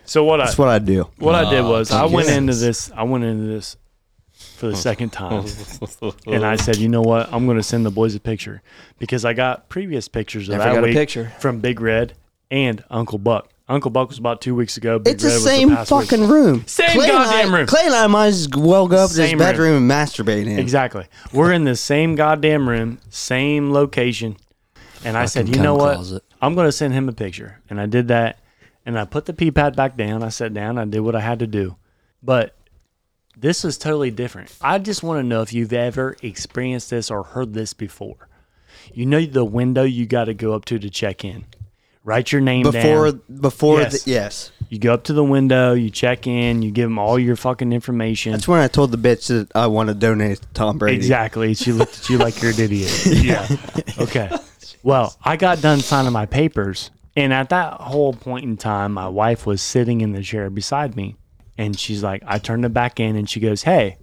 so what I
That's what I do.
what I did was I went
Jesus.
into this. I went into this for the second time, and I said, you know what? I'm going to send the boys a picture because I got previous pictures of
Never
that
got a
week
picture.
from Big Red and Uncle Buck. Uncle Buck was about two weeks ago. Big
It's
Red
the
was
same
past week.
fucking room.
Same
and
goddamn
I,
room.
Clay and I might as well go up to his
Same room.
bedroom and masturbate in.
Exactly. We're in the same goddamn room, same location. And I said,
Fucking
you know
cum
what?
closet.
I'm going to send him a picture. And I did that. And I put the pee pad back down. I sat down. I did what I had to do. But this was totally different. I just want to know if you've ever experienced this or heard this before. You know the window you got to go up to to check in. Write your name down.
Before, before,
Yes.
The, yes.
You go up to the window, you check in, you give them all your fucking information.
That's when I told the bitch that I want to donate to Tom Brady.
Exactly. She looked at you like you're an idiot. Yeah. Okay. Well, I got done signing my papers. And at that whole point in time, my wife was sitting in the chair beside me. And she's like, I turned it back in and she goes, Hey,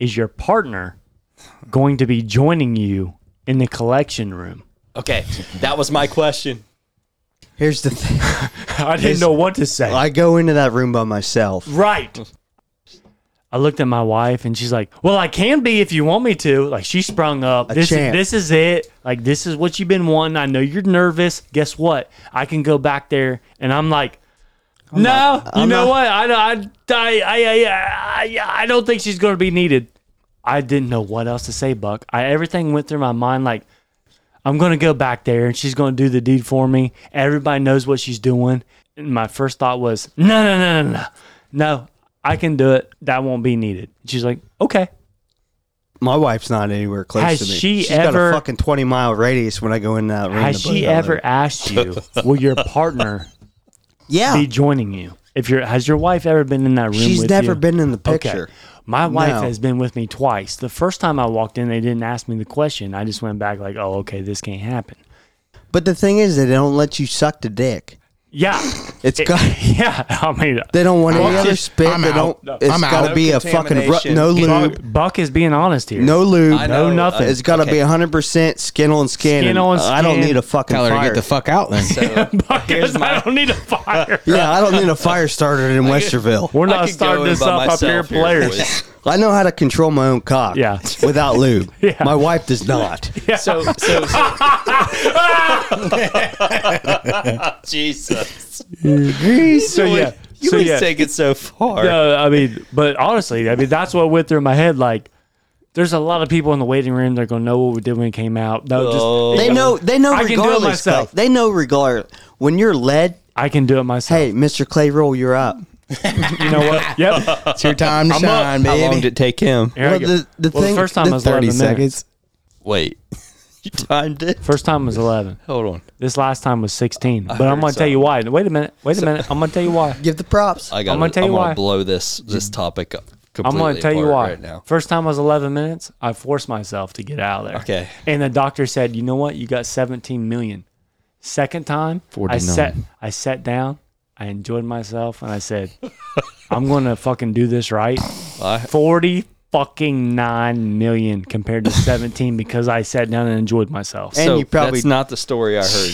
is your partner going to be joining you in the collection room?
okay, that was my question.
Here's the thing.
I didn't know what to say.
I go into that room by myself.
Right. I looked at my wife and she's like, "Well, I can be if you want me to." Like she sprung up. this
champ.
is this is it. Like this is what you've been wanting. I know you're nervous. Guess what? I can go back there and I'm like, "No, you
I'm
know
not-
what? I I I I, I, I don't think she's going to be needed." I didn't know what else to say, Buck. I everything went through my mind like I'm going to go back there and she's going to do the deed for me. Everybody knows what she's doing. And my first thought was, no, no, no, no, no. No, I can do it. That won't be needed. She's like, okay.
My wife's not anywhere close
Has
to me.
she
has got
ever-
a fucking twenty mile radius when I go in that room.
Has
to put
she
it on
ever
there.
asked you, will your partner
Yeah,
be joining you? If you're, has your wife ever been in that room?
she's
with
never
you?
been in the picture.
Okay. My wife
No.
has been with me twice. The first time I walked in, they didn't ask me the question. I just went back like, oh, okay, this can't happen.
But the thing is, they don't let you suck the dick.
Yeah.
It's got.
yeah. I mean,
They don't want any
I'm
other
just-
spit.
I'm
they
out.
don't. It's
I'm
got to
out.
be
No
a fucking ru-
contamination.
no lube,
Buck, Buck is being honest here.
no lube,
I
No,
know,
nothing.
uh,
It's got to
okay.
be hundred percent skin on skin.
Skin
and
on
I don't
skin.
need a fucking
Tell her to
fire.
get the fuck out then.
Buck
Here's
goes, I
my-
don't need a fire.
yeah, I don't need a fire starter in Westerville.
We're
I
not
could go
starting
in
this
by
up up here,
myself here,
players.
boys.
I know how to control my own cock.
Yeah.
without lube.
Yeah.
My wife does not.
So, so, so. Jesus.
so yeah,
You
so
would
yeah.
take it so far.
No, I mean, but honestly, I mean, that's what went through my head. Like, there's a lot of people in the waiting room. They're gonna know what we did when we came out. No,
Oh.
just
They know. They know.
I can do it
regardless,
myself.
Clay. They know regardless. When you're led,
I can do it myself.
hey, Mister Clay, roll, you're up.
You know what? Yep.
It's your time to
I'm up.
shine,
How long did
baby.
it take him?
Here I
Well,
go.
the- the
well,
thing-
first time
the
I was
30
eleven minutes.
seconds.
Wait. You timed it?
First time was eleven.
Hold on.
This last time was sixteen. But I'm
heard
gonna tell you
so.
why. Wait a minute. Wait a minute. I'm gonna tell you why.
Give the props.
I got.
gonna tell you
I'm
why.
gonna blow this this topic up.
I'm
Completely
going to tell you
apart
why.
right now.
First time I was 11 minutes, I forced myself to get out of there.
Okay.
And the doctor said, "You know what? You got 17 million." Second time, I
49.
sat I sat down, I enjoyed myself and I said, "I'm going to fucking do this right." 40 fucking 9 million compared to 17 because I sat down and enjoyed myself.
And
so
you probably-
that's not the story I heard.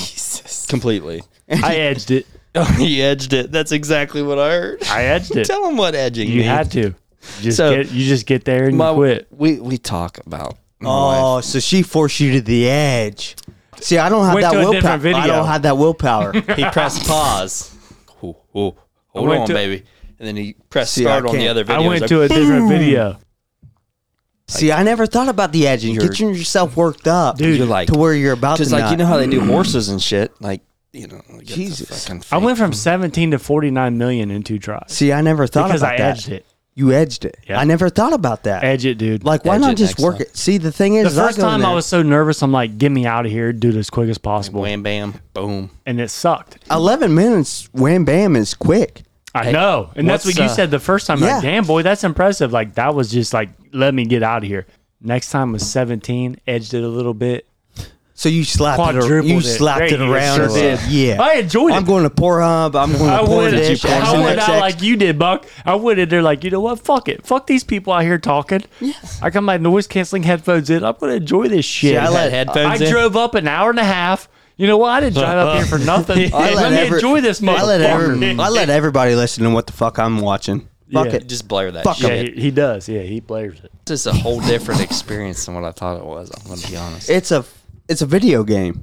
Completely.
I edged it.
Oh, he edged it. That's exactly what I heard.
I edged it.
Tell him what edging
You
means.
had to. Just
So-
get, you just get there and
My-
you quit.
We we talk about.
Oh, so she forced you to the edge. See, I don't have
Went
that
to a
willpower.
different video.
I don't have that willpower.
he pressed pause. Ooh, ooh, hold
went
on,
to-
baby. And then he pressed
See, I
start on the
can't.
other
I
video.
went to a different video.
See, I never thought about the edge and
You're-
getting yourself worked up
Dude,
you're like-
to where you're about to
Just like
nut.
you know how they do horses and shit. Like you know, like, it's a
Jesus.
fucking
Mm. I
fake-
went from 17 to 49 million in two tries.
See, I never thought
because
about
I
that.
edged it.
You edged it.
Yeah.
I never thought about that.
Edge it, dude.
like, why
Edge
not
it
just
next
work
time.
it? See, the thing
the
is,
first
I go in
time I
there-
was so nervous, I'm like, "Get me out of here, do it as quick as possible,"
wham bam boom.
and it sucked.
eleven minutes. Wham bam is quick.
I know, and that's what
what's,
you
uh,
said the first time.
Yeah.
Like, damn boy, that's impressive. Like that was just like, let me get out of here. Next time was seventeen, edged it a little bit.
So you slapped it.
Quadrupled
You
it.
slapped
There
it
you go.
around.
Sure
and said, Yeah.
I enjoyed
I'm
it.
going to Pornhub. I'm going
I
to
would
Porn Dish.
have. I
Action
would
XX.
out like you did, Buck. I would have. They're like, you know what? Fuck it. Fuck these people out here talking. I got my noise canceling headphones in. I'm gonna enjoy this shit.
See, I let-
I
headphones in.
drove up an hour and a half. You know what? I didn't drive up here for nothing.
I
let me
every-
enjoy this motherfucker.
I let, every, I let everybody listen to what the fuck I'm watching. Fuck
Yeah.
it.
Just blur that
Fuck
shit.
yeah, he, he does. Yeah, he players it.
This is a whole different experience than what I thought it was. I'm gonna be honest.
It's a it's a video game.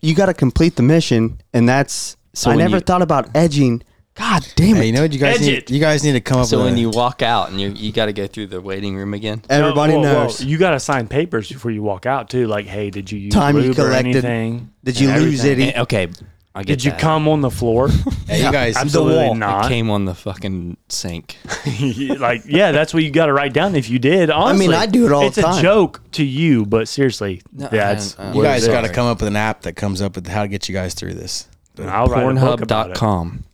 You got to complete the mission, and that's.
So
I
when
never
you-
thought about edging. God damn it!
Hey, you know what you guys
Edge
need?
it.
You guys need to come up
so
with
when
a-
you walk out and you you got to go through the waiting room again.
Everybody
No, whoa, whoa.
knows.
You got to sign papers before you walk out too. Like, hey, did you use
Time you
lube
collected.
or anything?
Did you lose
Everything.
any?
Eh, okay, I get
Did you
that.
come on the floor?
Hey, you guys
Absolutely
I
not.
came on the fucking sink.
like, yeah, that's what you got to write down if you did. Honestly,
I do it all the
It's
time.
a joke to you, but seriously,
No, I
that's
don't- I don't-
you
What
guys
is it?
got to come up with an app that comes up with how to get you guys through this.
uh,
I'll write a book about it.
Pornhub.com.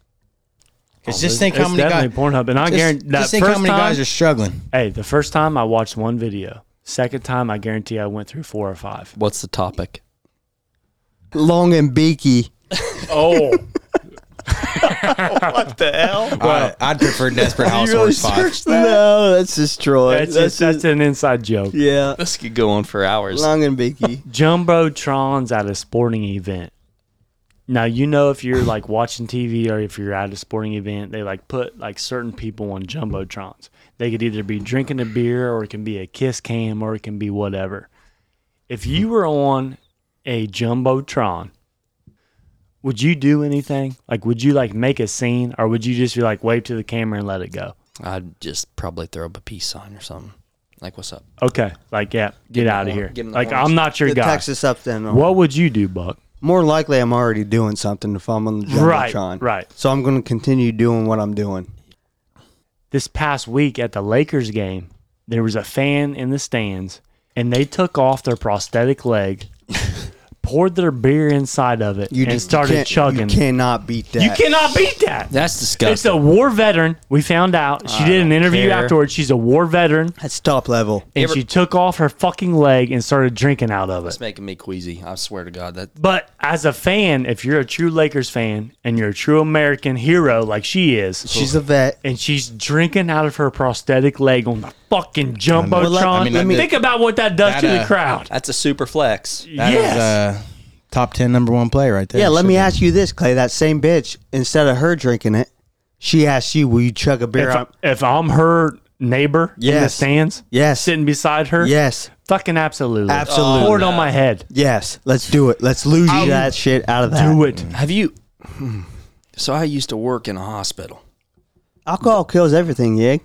It's just think how
Oh, It's
many guys.
definitely Pornhub, and I
Just,
guarantee that
just think how
first
many
time.
guys are struggling.
hey, the first time I watched one video. Second time, I guarantee I went through four or five.
What's the topic?
Long and beaky.
Oh,
I, I'd prefer Desperate Housewives Five.
No, that's destroyed.
that's just, that's an inside joke.
yeah.
This could go on for hours.
Long and beaky.
Jumbotron's at a sporting event. Now you know if you're like watching TV or if you're at a sporting event, they like put like certain people on jumbotrons. They could either be drinking a beer or it can be a kiss cam or it can be whatever. If you were on a jumbotron, would you do anything? Like would you like make a scene or would you just be like wave to the camera and let it go?
I'd just probably throw up a peace sign or something. Like, what's up?
Okay, like yeah, get out of
horn-
here.
give 'em the
Like
horns.
I'm not your
the
guy.
Texas up then. on.
what would you do, Buck?
More likely, I'm already doing something if I'm on the
Right,
jumbotron.
right.
So I'm going to continue doing what I'm doing.
this past week at the Lakers game, there was a fan in the stands and they took off their prosthetic leg, poured their beer inside of it, and
just-
started
can't-
chugging.
You cannot beat that.
You cannot beat that.
That's
It's a
disgusting.
war veteran. We found out. She did an interview
care.
afterwards. She's a war veteran.
That's top level.
And she took off her fucking leg and started drinking out of it.
It's making me queasy. I swear to God. That
But as a fan, if you're a true Lakers fan and you're a true American hero like she is,
She's a vet.
and she's drinking out of her prosthetic leg on the fucking jumbotron.
Well, let- I mean, let me-
Think about what that does
That,
to the
uh,
crowd.
that's a super flex.
That
yes.
is, uh, top ten number one play right there.
Yeah, let
Should
me
be.
ask you this, Clay. That same bitch, instead of her drinking it, she asked you, will you chug a beer?
if, I,
out?
if I'm her neighbor in the
Yes.
stands,
Yes.
sitting beside her,
Yes.
fucking absolutely,
Absolutely.
pour it on my head.
Yes. Let's do it. Let's lose you that shit out of that.
Do it.
Have you? hmm. So I used to work in a hospital.
Alcohol kills everything, yeah.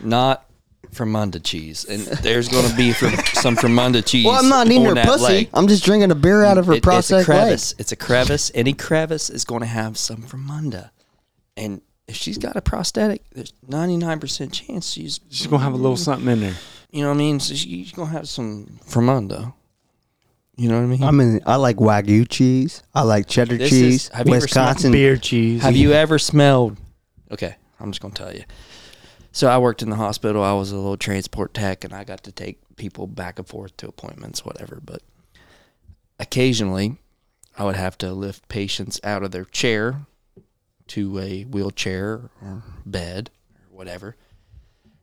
not Fermunda cheese, and there's going to be for, some Fermunda cheese.
Well, I'm not eating
on
her
that
pussy.
leg.
I'm just drinking a beer out of her
It- it's a
prosthetic leg.
crevice. It's a crevice. Any crevice is going to have some Fermunda, and if she's got a prosthetic, there's 99 percent chance she's
She's gonna have a little something in there.
you know what I mean. So she- she's going to have some Fermunda. You know what I mean.
I mean, I like Wagyu cheese. I like cheddar
This is-
cheese.
have you ever smelled
Wisconsin.
Beer cheese.
Have you ever smelled? Okay, I'm just gonna tell you. So I worked in the hospital. I was a little transport tech, and I got to take people back and forth to appointments, whatever. But occasionally, I would have to lift patients out of their chair to a wheelchair or bed or whatever,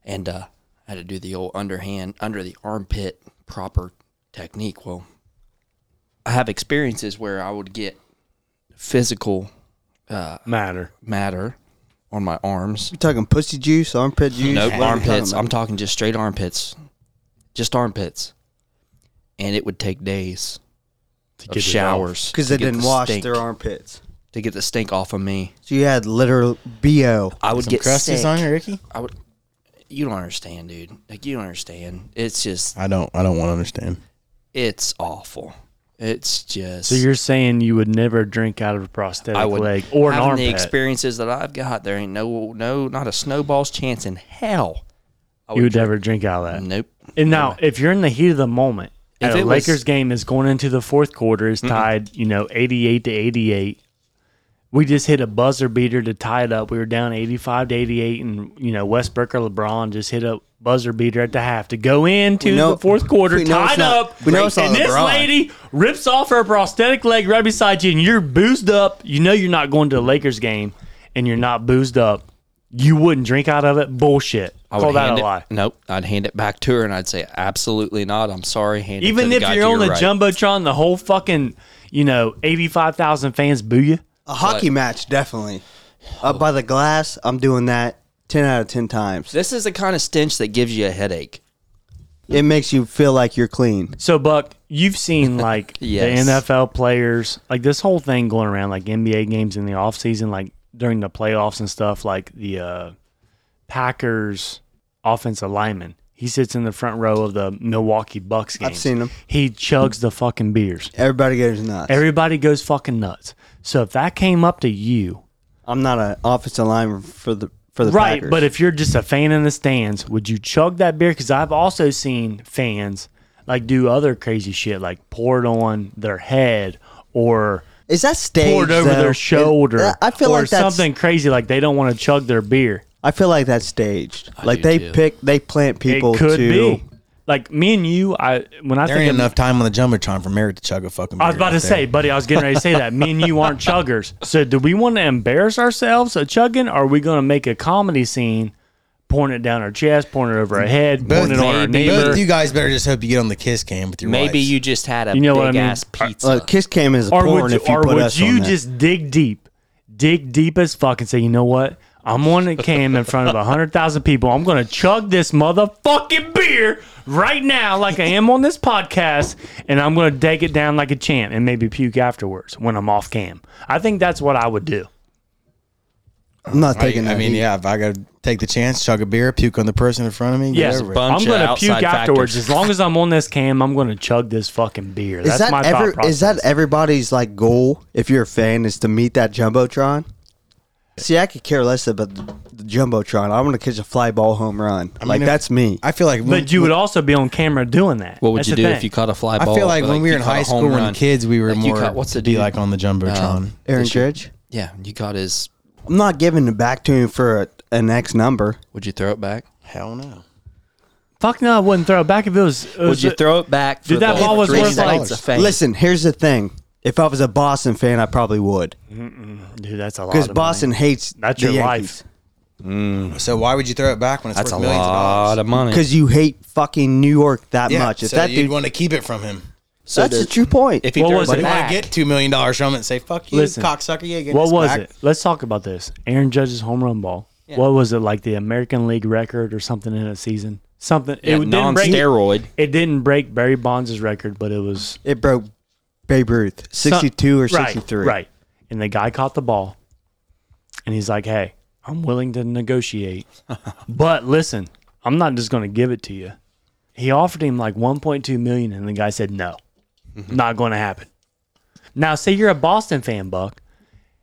and uh, I had to do the old underhand, under the armpit proper technique. Well, I have experiences where I would get physical
matter?
matter on my arms.
You're talking pussy juice, armpit juice.
No
What are you
armpits.
talking
I'm talking just straight armpits. Just armpits. And it would take days
To
of
get it
showers
because
to
they
get
didn't
the
wash
stink-
their armpits.
to get the stink off of me.
So you had literal bo.
I would get
crusties
sick.
on you, Ricky.
I would. You don't understand, dude. Like you don't understand. It's just
I don't. I don't want to understand.
it's awful. It's just.
off. So you're saying you would never drink out of a prosthetic
I would
leg or an
having the
armpit?
experiences that I've got. There ain't no no not a snowball's chance in hell. I
you would
drink-
never drink out of that.
Nope.
And now, if you're in the heat of the moment,
If
at a
it was-
Lakers game is going into the fourth quarter, is tied, you know, 88 to 88 we just hit a buzzer beater to tie it up. We were down 85 to 88, and, you know, Westbrook or LeBron just hit a buzzer beater at the half to go into
We know-
the fourth quarter,
we know it's
tied
not-
up.
we know it's not
and this
LeBron.
lady rips off her prosthetic leg right beside you, and you're boozed up. You know you're not going to the Lakers game, and you're not boozed up. You wouldn't drink out of it? Bullshit.
I
Call
would
that
hand
a
it-
lie.
Nope. I'd hand it back to her and I'd say, absolutely not. I'm sorry. Hand it to
Even
the
if
guy
you're
to
on
your
the
right.
jumbotron, the whole fucking you know eighty five thousand fans boo you.
A hockey match, definitely. Up by the glass, I'm doing that 10 out of 10 times.
This is the kind of stench that gives you a headache.
It makes you feel like you're clean.
So Buck, you've seen like
Yes.
the NFL players, like this whole thing going around, like NBA games in the off season, like during the playoffs and stuff, like the uh, Packers offensive lineman. He sits in the front row of the Milwaukee Bucks game.
seen him.
He chugs the fucking beers.
Everybody goes nuts.
Everybody goes fucking nuts. So if that came up to you,
I'm not an offensive lineman for the for the
right
Packers.
but if you're just a fan in the stands would you chug that beer because i've also seen fans like do other crazy shit like pour it on their head or
is that staged
pour it over
though?
their
Is- uh,
shoulder
I feel
or
like that's
something crazy like they don't want to chug their beer
I feel like that's staged. like
do
they
too.
pick, they plant people
it could
to.
be like me and you i when i
There
think of,
ain't enough time on the jumbotron for Merritt to chug a fucking.
I was
beer
about
out
to
there.
say, buddy, I was getting ready to say that. Me and you aren't chuggers. So, do we want to embarrass ourselves at chugging? Or are we going to make a comedy scene, pouring it down our chest, pouring it over our head, pouring it on our
maybe-
neighbor?
Both you guys better just hope you get on the kiss cam with your
Maybe
wives.
you just had a
You know
big
what I mean?
ass pizza.
Look, uh, kiss cam is
or
porn
would you,
if you
or
put
would
us
you
on that.
just dig deep, dig deep as fuck, and say, you know what? I'm on a cam in front of hundred thousand people. I'm gonna chug this motherfucking beer right now, like I am on this podcast, and I'm gonna take it down like a champ, and maybe puke afterwards when I'm off cam. I think that's what I would do.
I'm not taking
I,
that.
I mean,
heat.
yeah, if I got to take the chance, chug a beer, puke on the person in front of me,
Yes,
whatever.
bunch
I'm
of
gonna
outside
puke afterwards.
factors.
As long as I'm on this cam, I'm gonna chug this fucking beer. That's
Is that
my
ever
thought process.
is that everybody's like goal if you're a fan is to meet that jumbotron? See, I could care less about the, the jumbotron. I want to catch a fly ball home run. like
if-
that's me.
I feel like when-
But you would also be on camera doing that.
what would
That's
you
the
do
thing.
if you caught a fly
I
ball?
feel like when we were
you
in
caught a
high
home
school
run.
and kids, we were
Like, you
more
caught- what's the
to be
dude?
like on the jumbotron.
Aaron Judge.
Yeah, you got his.
I'm not giving it back to him for a, an X number.
Would you throw it back?
Hell no.
Fuck no, I wouldn't throw it back if it was. it was
Would you throw it back? For
Dude, that
the
ball was
three
worth, like-
strikes of fame?
Listen, here's the thing. If I was a Boston fan, I probably would
Dude, that's a lot.
because
of money.
Boston hates
That's
the
your
Yankees.
life.
So why would you throw it back when it's
that's a
worth millions of
lot
dollars?
of money.
Because you hate fucking New York that
yeah,
much. If
so
that
you'd
dude,
want to keep it from him.
So
that's
the-
a true point.
If he
What
throws
was
it
it?
You want
back,
to get two million dollars from it and say, "Fuck you,
Listen.
cocksucker." Yeah, get
What
this
was
back.
it? Let's talk about this. Aaron Judge's home run ball. What was it like? The American League record or something in a season? Something.
yeah,
it didn't break.
non-steroid.
It didn't break Barry Bonds' record, but it was
it broke Babe Ruth,
some-
62 or
right,
63.
Right. And the guy caught the ball, and he's like, "Hey, I'm willing to negotiate, but listen, I'm not just going to give it to you." He offered him like 1.2 million, and the guy said, "No,
Mm-hmm.
not going to happen." Now, say you're a Boston fan, Buck,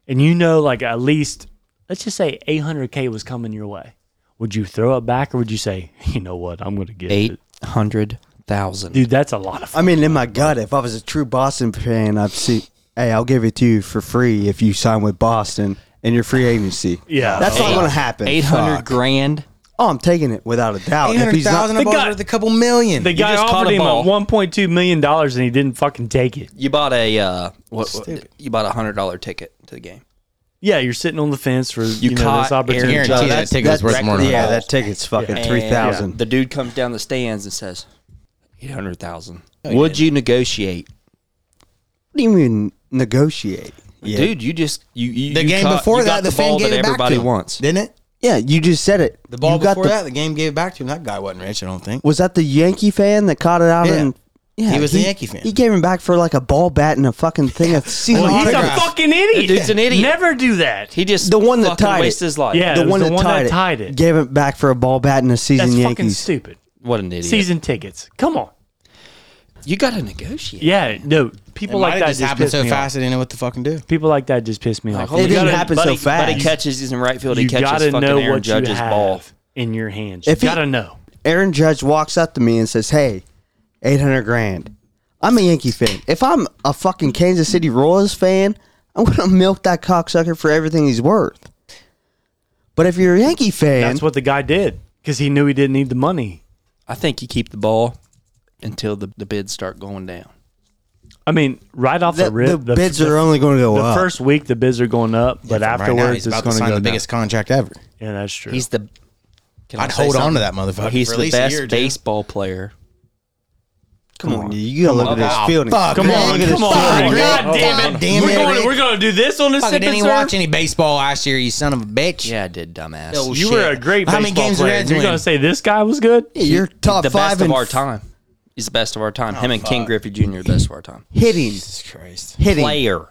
and you know like at least let's just say 800k was coming your way. Would you throw it back, or would you say, "You know what, I'm going to get
Eight
it,
hundred thousand.
dude"? That's a lot of.
I mean, in my gut, if I was a true Boston fan, I'd see, hey, I'll give it to you for free if you sign with Boston in your free agency.
Yeah.
That's not
Eight-
going to happen.
Eight hundred grand.
Oh, I'm taking it without a doubt.
Eight
If
hundred
he's
thousand
not,
The
a ball's
guy-
worth a couple million.
The guy
just caught
offered
a
him
ball.
a 1.2 million dollars, and he didn't fucking take it.
You bought a uh, what,
Stupid.
what? You bought a hundred dollar ticket to the game.
Yeah, you're sitting on the fence for you, know
caught
this opportunity.
Aaron
Guarantee
Judge.
that ticket was worth more than
yeah,
all.
that ticket's fucking
And
3000
The dude comes down the stands and says, eight hundred thousand. Would you negotiate,
What do you mean negotiate? Yeah.
dude? You just you, you
The
you
game
caught-
before
you
that,
got
the,
the
fan
ball
gave
that
it back
everybody
to him,
wants.
didn't it?
Yeah, you just said it.
The ball
you got
before
the,
that, the game gave it back to him. That guy wasn't rich, I don't think.
Was that the Yankee fan that caught it out?
Yeah.
And,
He was the Yankee fan.
He gave him back for like a ball bat and a fucking thing of season
Well, Oh, he's a
autograph.
fucking idiot.
That dude's an idiot.
Never do that.
He just
The one that
fucking
tied it.
wasted his life.
Yeah, it was the one that tied it.
Gave it back for a ball bat and a season
That's fucking
Yankees.
stupid.
what an idiot.
Season tickets. Come on.
You got to negotiate.
Yeah, no. People like that
just
just,
happened
piss
so
me
fast
off.
I didn't know what to fucking do.
People like that just piss me off.
Holy
It didn't
shit.
happen so
Buddy-
fast.
Buddy catches he's in right field. He
you
catches
gotta
fucking
know
Aaron
what you
Judge's
have
ball.
in your hands.
If
you
he-
gotta know.
Aaron Judge walks up to me and says, "Hey, eight hundred grand." I'm a Yankee fan. If I'm a fucking Kansas City Royals fan, I'm going to milk that cocksucker for everything he's worth. But if you're a Yankee fan,
That's what the guy did because he knew he didn't need the money.
I think you keep the ball until the, the bids start going down.
I mean, right off the,
the,
rip,
the bids are only going to go
the
up.
first week the bids are going up, but
Right now,
afterwards it's
he's about
going to
to sign
go
the
down.
biggest contract ever.
Yeah, that's true.
He's the. can I
I'd
say
hold on to that
something?
motherfucker.
He's
for at
the
least a year or
best
two.
baseball player.
come on, you got to look at this
Oh,
field.
fuck,
come
man.
on,
Look at
come
this
on,
field.
Rick.
God
God
damn it,
damn
we're
it,
going,
Rick.
we're going to do this on the
Fucking
sip
didn't
and
even watch
serve.
any baseball last year, you son of a bitch.
Yeah, I did, dumbass.
No
You
shit.
were a great
How
baseball
many games the
player.
Reds
You're
win?
going to say this guy was good?
You're top
the
five
best
in
of our
f-
time. He's the best of our time. Him and King Griffey Jr. are the best of our time.
hitting,
Jesus Christ.
hitting.
Player.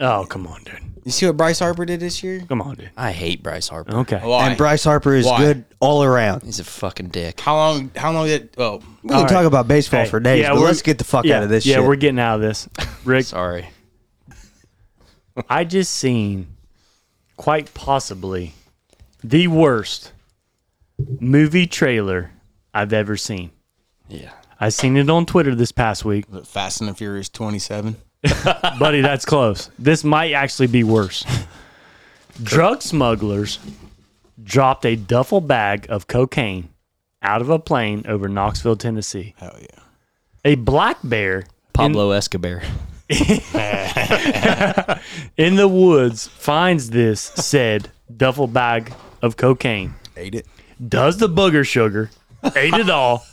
Oh, come on, dude.
You see what Bryce Harper did this year?
Come on, dude.
I hate Bryce Harper.
Oh.
Okay.
Why?
And Bryce Harper is
Why?
good all around.
He's a fucking dick.
how long? How long did? Oh,
We can
All
talk
right.
about baseball
Hey,
for days, but
we're-
let's get the fuck
yeah,
out of this
Yeah,
shit.
we're getting out of this. Rick,
Sorry.
I just seen quite possibly the worst movie trailer I've ever seen.
Yeah.
I seen it on Twitter this past week.
was it Fast and the Furious twenty seven.
Buddy, that's close. This might actually be worse. Drug smugglers dropped a duffel bag of cocaine out of a plane over Knoxville, Tennessee.
Hell yeah.
A black bear
Pablo Escobar.
in the woods finds this said duffel bag of cocaine,
Ate it.
does the booger sugar, ate it all,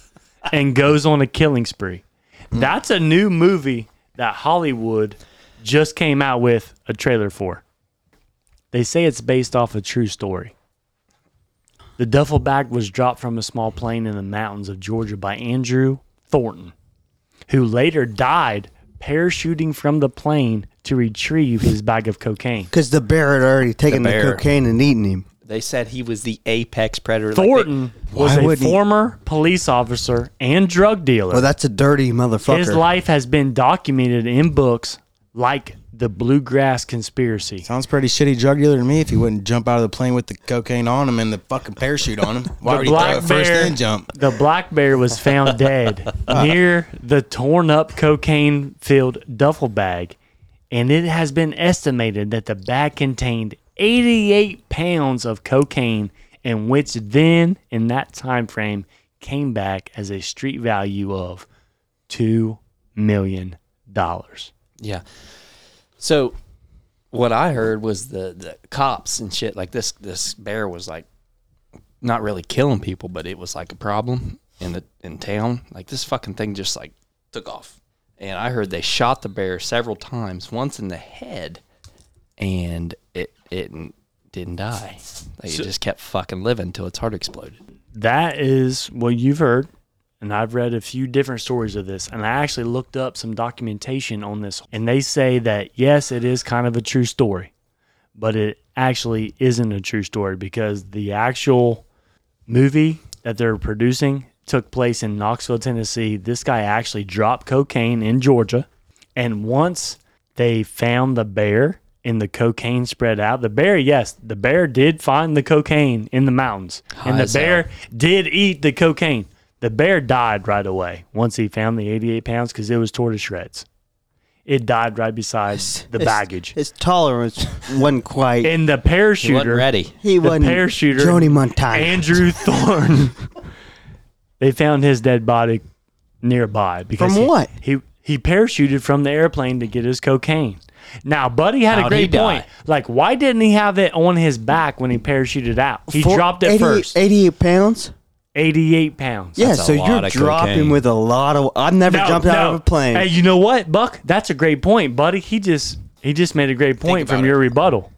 and goes on a killing spree. That's a new movie that Hollywood just came out with a trailer for. They say it's based off a true story. The duffel bag was dropped from a small plane in the mountains of Georgia by Andrew Thornton, who later died parachuting from the plane to retrieve his bag of cocaine.
Because the bear had already taken the,
bear.
cocaine and eaten him.
They said he was the apex predator. Like, they-
Thornton was
Why
a
wouldn't he-
former police officer and drug dealer.
Well, Oh, that's a dirty motherfucker.
His life has been documented in books like the Bluegrass Conspiracy.
Sounds pretty shitty drug dealer to me. If he wouldn't jump out of the plane with the cocaine on him and the fucking parachute on him, why would he throw
black
it first
bear.
then jump?
The black bear was found dead near the torn up cocaine filled duffel bag, and it has been estimated that the bag contained 88 pounds of cocaine, and which then, in that time frame, came back as a street value of $2 million.
Yeah. So what I heard was the, the cops and shit like this this bear was like not really killing people, but it was like a problem in the in town. Like this fucking thing just like took off. And I heard they shot the bear several times, once in the head, and it it n- didn't die. Like it just kept fucking living until its heart exploded.
that is what you've heard and i've read a few different stories of this and i actually looked up some documentation on this and they say that yes it is kind of a true story but it actually isn't a true story because the actual movie that they're producing took place in knoxville tennessee this guy actually dropped cocaine in georgia and once they found the bear and the cocaine spread out, the bear, yes, the bear did find the cocaine in the mountains. and the
as
bear did eat the cocaine. The bear died right away once he found the 88 pounds because it was tortoise shreds. It died right beside the baggage.
His tolerance wasn't quite.
And the
He wasn't
parachuter,
ready.
he
the
wasn't.
parachuter,
Johnny Montana.
Andrew Thorne, they found his dead body nearby because
From
he,
what?
he he parachuted from the airplane to get his cocaine. Now, Buddy had a
How'd he
great
die?
point. Like, why didn't he have it on his back when he parachuted out? He
Four-
dropped it
80
first,
88 pounds?
88 pounds.
Yeah,
That's a
so
lot
you're
of
dropping
cocaine.
with a lot of. I've never
No,
jumped out
no.
of a plane.
Hey, you know what, Buck? That's a great point, Buddy. He just he just made a great point from
about
your rebuttal.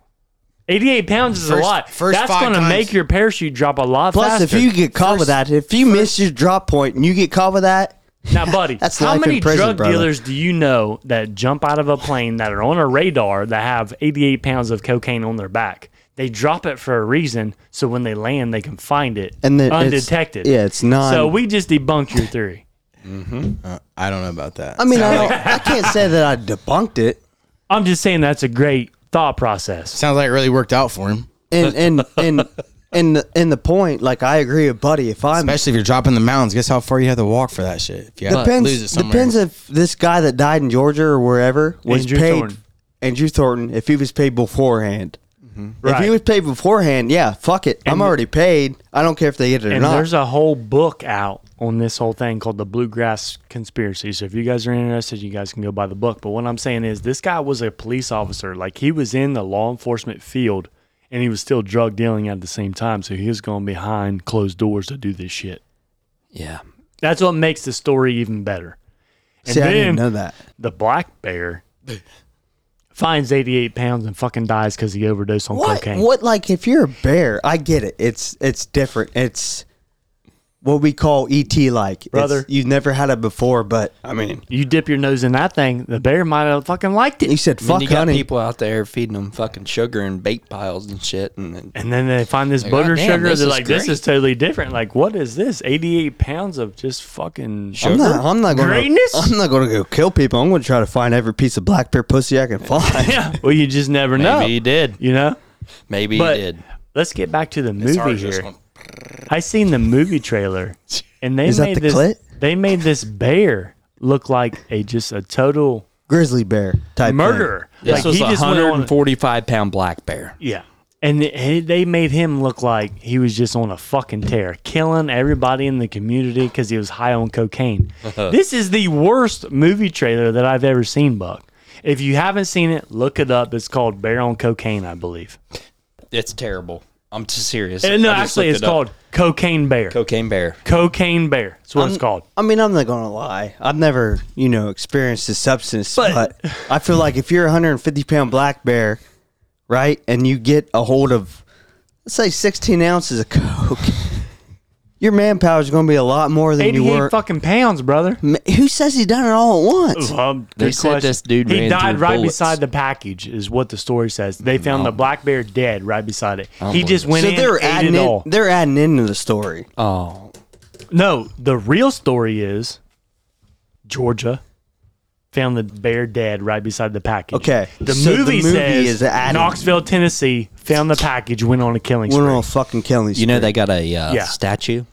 88 pounds is a
First-
lot.
first
That's
five
going to
times.
make your parachute drop a lot
Plus,
faster.
if you get caught with that, if you miss your drop point and you get caught with that,
Now, buddy,
That's
how
life
many
in prison,
drug
brother.
dealers do you know that jump out of a plane that are on a radar that have 88 pounds of cocaine on their back? They drop it for a reason, so when they land, they can find it
And then it's-
undetected.
yeah, it's non-
So we just debunked your theory.
Uh, I don't know about that.
I mean, I, don't, I can't say that I debunked it.
I'm just saying that's a great thought process.
sounds like it really worked out for him.
And and and and the, and the point, like I agree with Buddy. If I'm
Especially if you're dropping the mountains, guess how far you have to walk for that shit. If you have to lose
depends
it somewhere,
depends if this guy that died in Georgia or wherever was
Andrew
paid
Thorne.
Andrew Thornton if he was paid beforehand. If
Mm-hmm. Right.
he was paid beforehand, yeah, fuck it. I'm already paid. I don't care if they get it or
And
not.
there's a whole book out on this whole thing called The Bluegrass Conspiracy. So if you guys are interested, you guys can go buy the book. But what I'm saying is this guy was a police officer. Like he was in the law enforcement field and he was still drug dealing at the same time. So he was going behind closed doors to do this shit.
Yeah.
That's what makes the story even better. And
See, I
then
didn't know that.
the black bear finds 88 pounds and fucking dies because he overdosed on
What?
cocaine.
What? Like, if you're a bear, I get it. It's it's different. It's what we call ET like.
Brother.
you've never had it before, but I mean,
You dip your nose in that thing, the bear might have fucking liked it.
you said
Then
fuck
you got
honey.
people out there feeding them fucking sugar and bait piles and shit. And, then
And then they find this
Like,
butter
goddamn,
sugar.
this
They're
is
like, this is totally different. Like, what is this? 88 pounds of just fucking
I'm not. I'm not going.
Greatness?
I'm not going to go kill people. I'm going to try to find every piece of black bear pussy I can find.
Yeah. Well, you just never know.
Maybe he did.
You know?
Maybe
But
he did.
let's get back to the
It's hard
movie
just
here.
going-
I seen the movie trailer and they
Is that
made
the
this
clit?
they made this bear look like a just a total
Grizzly bear type thing.
murderer.
This
Like,
was
he
a
just went on-
145 pound black bear.
Yeah. And th- he- they made him look like he was just on a fucking tear, killing everybody in the community because he was high on cocaine. this is the worst movie trailer that I've ever seen, Buck. If you haven't seen it, look it up. It's called Bear on Cocaine, I believe.
It's terrible. I'm t- serious.
And no,
I just
actually,
looked
it's
it up.
called Cocaine Bear.
cocaine bear.
cocaine Bear. That's what it's called.
I mean, I'm not going to lie. I've never, you know, experienced the substance,
But-
but, I feel like if you're a 150 pound black bear, right, and you get a hold of, let's say, 16 ounces of coke, your manpower is going to be a lot more than you
88
were.
fucking pounds, brother.
Ma- Who says he done it all at once?
Um,
They
good
said
question.
this dude
he
ran
died
through
right
bullets. Oh.
beside the package, is what the story says. They found the black bear dead right beside it. He just went
So
in,
they're
ate it
adding, in,
all.
they're adding into the story.
Oh,
No, the real story is Georgia found the bear dead right beside the package.
Okay,
The
so the
movie
movie
says
is adding-
Knoxville, Tennessee found the package, went on a killing
We're
spree.
on a fucking killing
you know they got a uh,
Yeah.
statue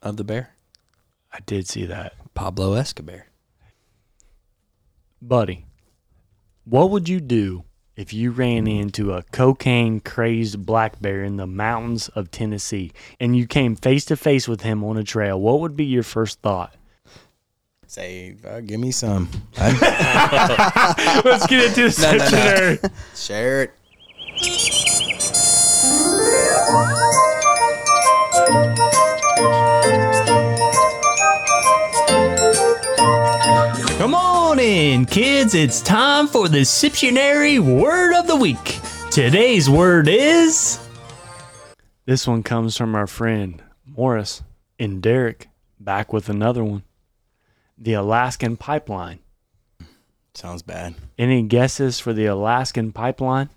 of the bear,
I did see that.
Pablo Escobar.
Buddy, what would you do if you ran into a cocaine crazed black bear in the mountains of Tennessee and you came face to face with him on a trail? What would be your first thought?
Say, uh, give me some.
Let's get into the dictionary.
Share it.
Come on in, kids. It's time for the Siptionary Word of the Week. Today's word is. This one comes from our friend Morris and Derek, back with another one. The Alaskan Pipeline.
Sounds bad.
Any guesses for the Alaskan Pipeline?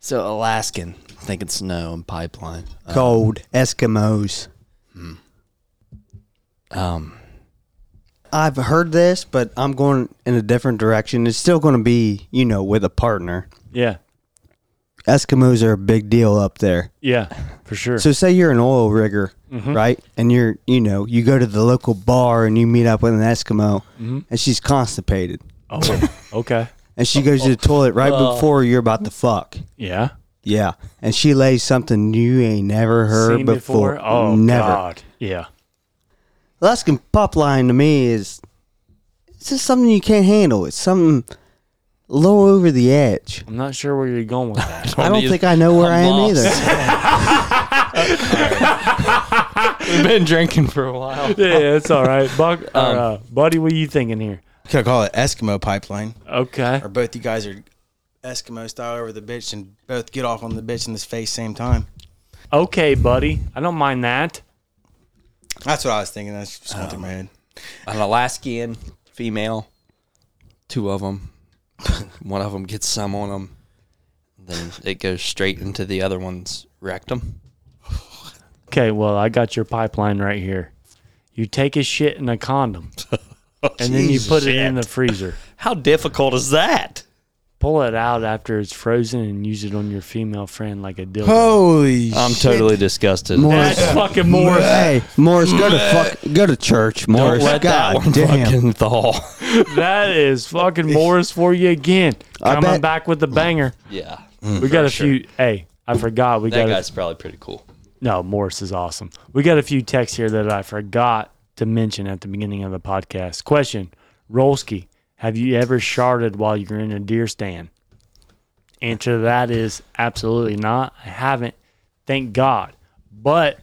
So Alaskan, thinking snow and pipeline.
cold Eskimos.
Um,
I've heard this, but I'm going in a different direction. It's still going to be, you know, with a partner.
Yeah.
Eskimos are a big deal up there.
Yeah, for sure.
So say you're an oil rigger,
Mm-hmm.
right? And you're, you know, you go to the local bar and you meet up with an Eskimo,
Mm-hmm.
and she's constipated,
oh, okay.
and she goes
Oh.
to the toilet right before you're about to fuck.
Yeah.
Yeah, and she lays something you ain't never heard
Seen
before.
Oh,
never.
God. Yeah.
Alaskan pop line to me is it's just something you can't handle. It's something a little over the edge.
I'm not sure where you're going with that.
I don't think I know where I am either.
We've been drinking for a while.
yeah, it's all right. Buck, or, uh, buddy, what are you thinking here?
Could I call it Eskimo pipeline?
Okay.
Or both you guys are Eskimo style over the bitch and both get off on the bitch in this face same time.
Okay, buddy. I don't mind that.
That's what I was thinking. That's just going through my head.
An Alaskan female, two of them. one of them gets some on them, then it goes straight into the other one's rectum.
Okay, well, I got your pipeline right here. You take a shit in a
Oh,
condom, and then you put it in the freezer.
How difficult is that?
Pull it out after it's frozen and use it on your female friend like a dildo.
Oh.
Holy
I'm
shit.
totally disgusted.
That's fucking Morris.
Hey, Morris, go to fuck, go to church, Morris.
Don't let
God
that one
damn.
fucking thaw.
That is fucking Morris for you again.
I
Coming
bet-
back with the banger.
yeah,
We got a few. Hey, I forgot. We
that
got a,
guy's probably pretty cool.
no. Morris is awesome. We got a few texts here that I forgot to mention at the beginning of the podcast. Question: Rolski, have you ever sharded while you're in a deer stand? Answer to that is absolutely not. I haven't. Thank God. But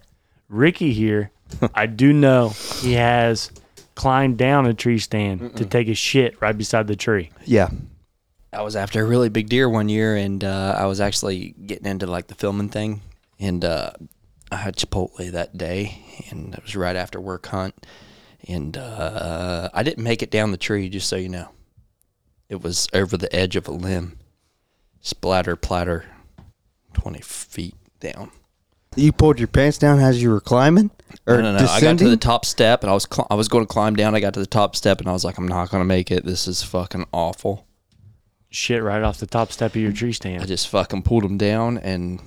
Ricky here, I do know he has climbed down a tree stand to take a shit right beside the tree.
Yeah.
I was after a really big deer one year, and uh, I was actually getting into like the filming thing, and uh, I had Chipotle that day, and it was right after work hunt, and uh, I didn't make it down the tree, just so you know. It was over the edge of a limb, splatter platter, twenty feet down.
You pulled your pants down as you were climbing or
No, no, no. I got to
descending.
the top step, and I was cl- I was going to climb down. I got to the top step, and I was like, I'm not gonna make it. This is fucking awful.
Shit right off the top step of your tree
I
stand.
just fucking pulled him down and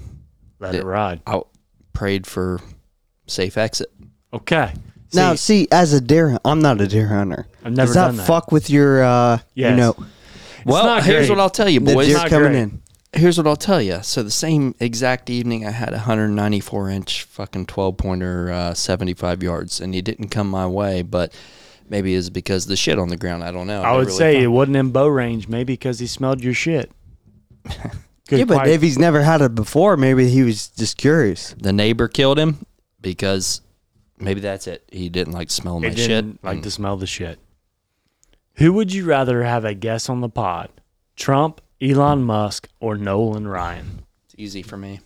Let it ride.
I prayed for safe exit.
Okay.
now,
See,
see, as a deer, hun- I'm not a deer hunter.
I've never
Does that
done that.
fuck with your, uh, you
Yes.
know,
Well,
not
here's
great.
what I'll tell you,
the
boys.
deer
not
coming
great.
in?
Here's what I'll tell you. So the same exact evening, I had a 194 inch fucking 12 pointer, uh, 75 yards, and he didn't come my way. But maybe it's because of the shit on the ground. I don't know.
I
Never
would
really
say
thought-
it wasn't in bow range, maybe because he smelled your shit. Good
Yeah, but
quite-
if he's never had it before, maybe he was just curious.
the neighbor killed him because maybe that's it. He didn't like smell my
it
shit.
didn't like
Mm.
to smell the shit. Who would you rather have a guest on the pod? Trump, Elon Musk, or Nolan Ryan?
It's easy for me.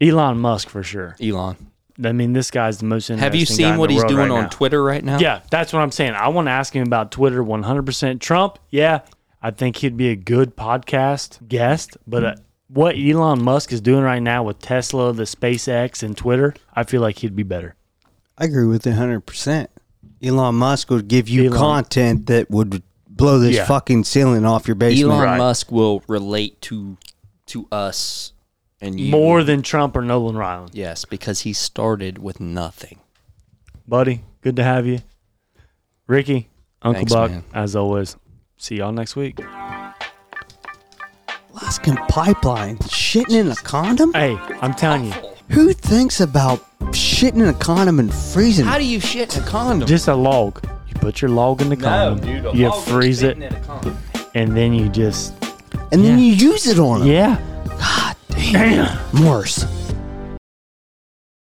Elon Musk for sure.
Elon,
I mean, this guy's the most interesting.
have you
guy
seen
in
what
the
he's
world
doing
right
on
now.
Twitter right now?
Yeah, that's what I'm saying. I want to ask him about Twitter 100%. Trump, yeah, I think he'd be a good podcast guest, but uh, what Elon Musk is doing right now with Tesla, the SpaceX, and Twitter, I feel like he'd be better.
I agree with you 100%. Elon Musk would give you
Elon-
content that would blow this
Yeah.
fucking ceiling off your basement.
Elon
Right.
Musk will relate to to us and you
More than Trump or Nolan Ryan.
Yes, because he started with nothing.
Buddy, good to have you. Ricky, Uncle
Thanks,
Buck,
man.
as always. See y'all next week.
Alaskan pipeline shitting in a condom?
Hey, I'm telling you,
Who thinks about shitting in a condom and freezing?
do you shit in a condom?
just a log. You put your log in the condom, you freeze it, and then you just,
and then
yeah.
you use it on him?
yeah.
Damn. Morse.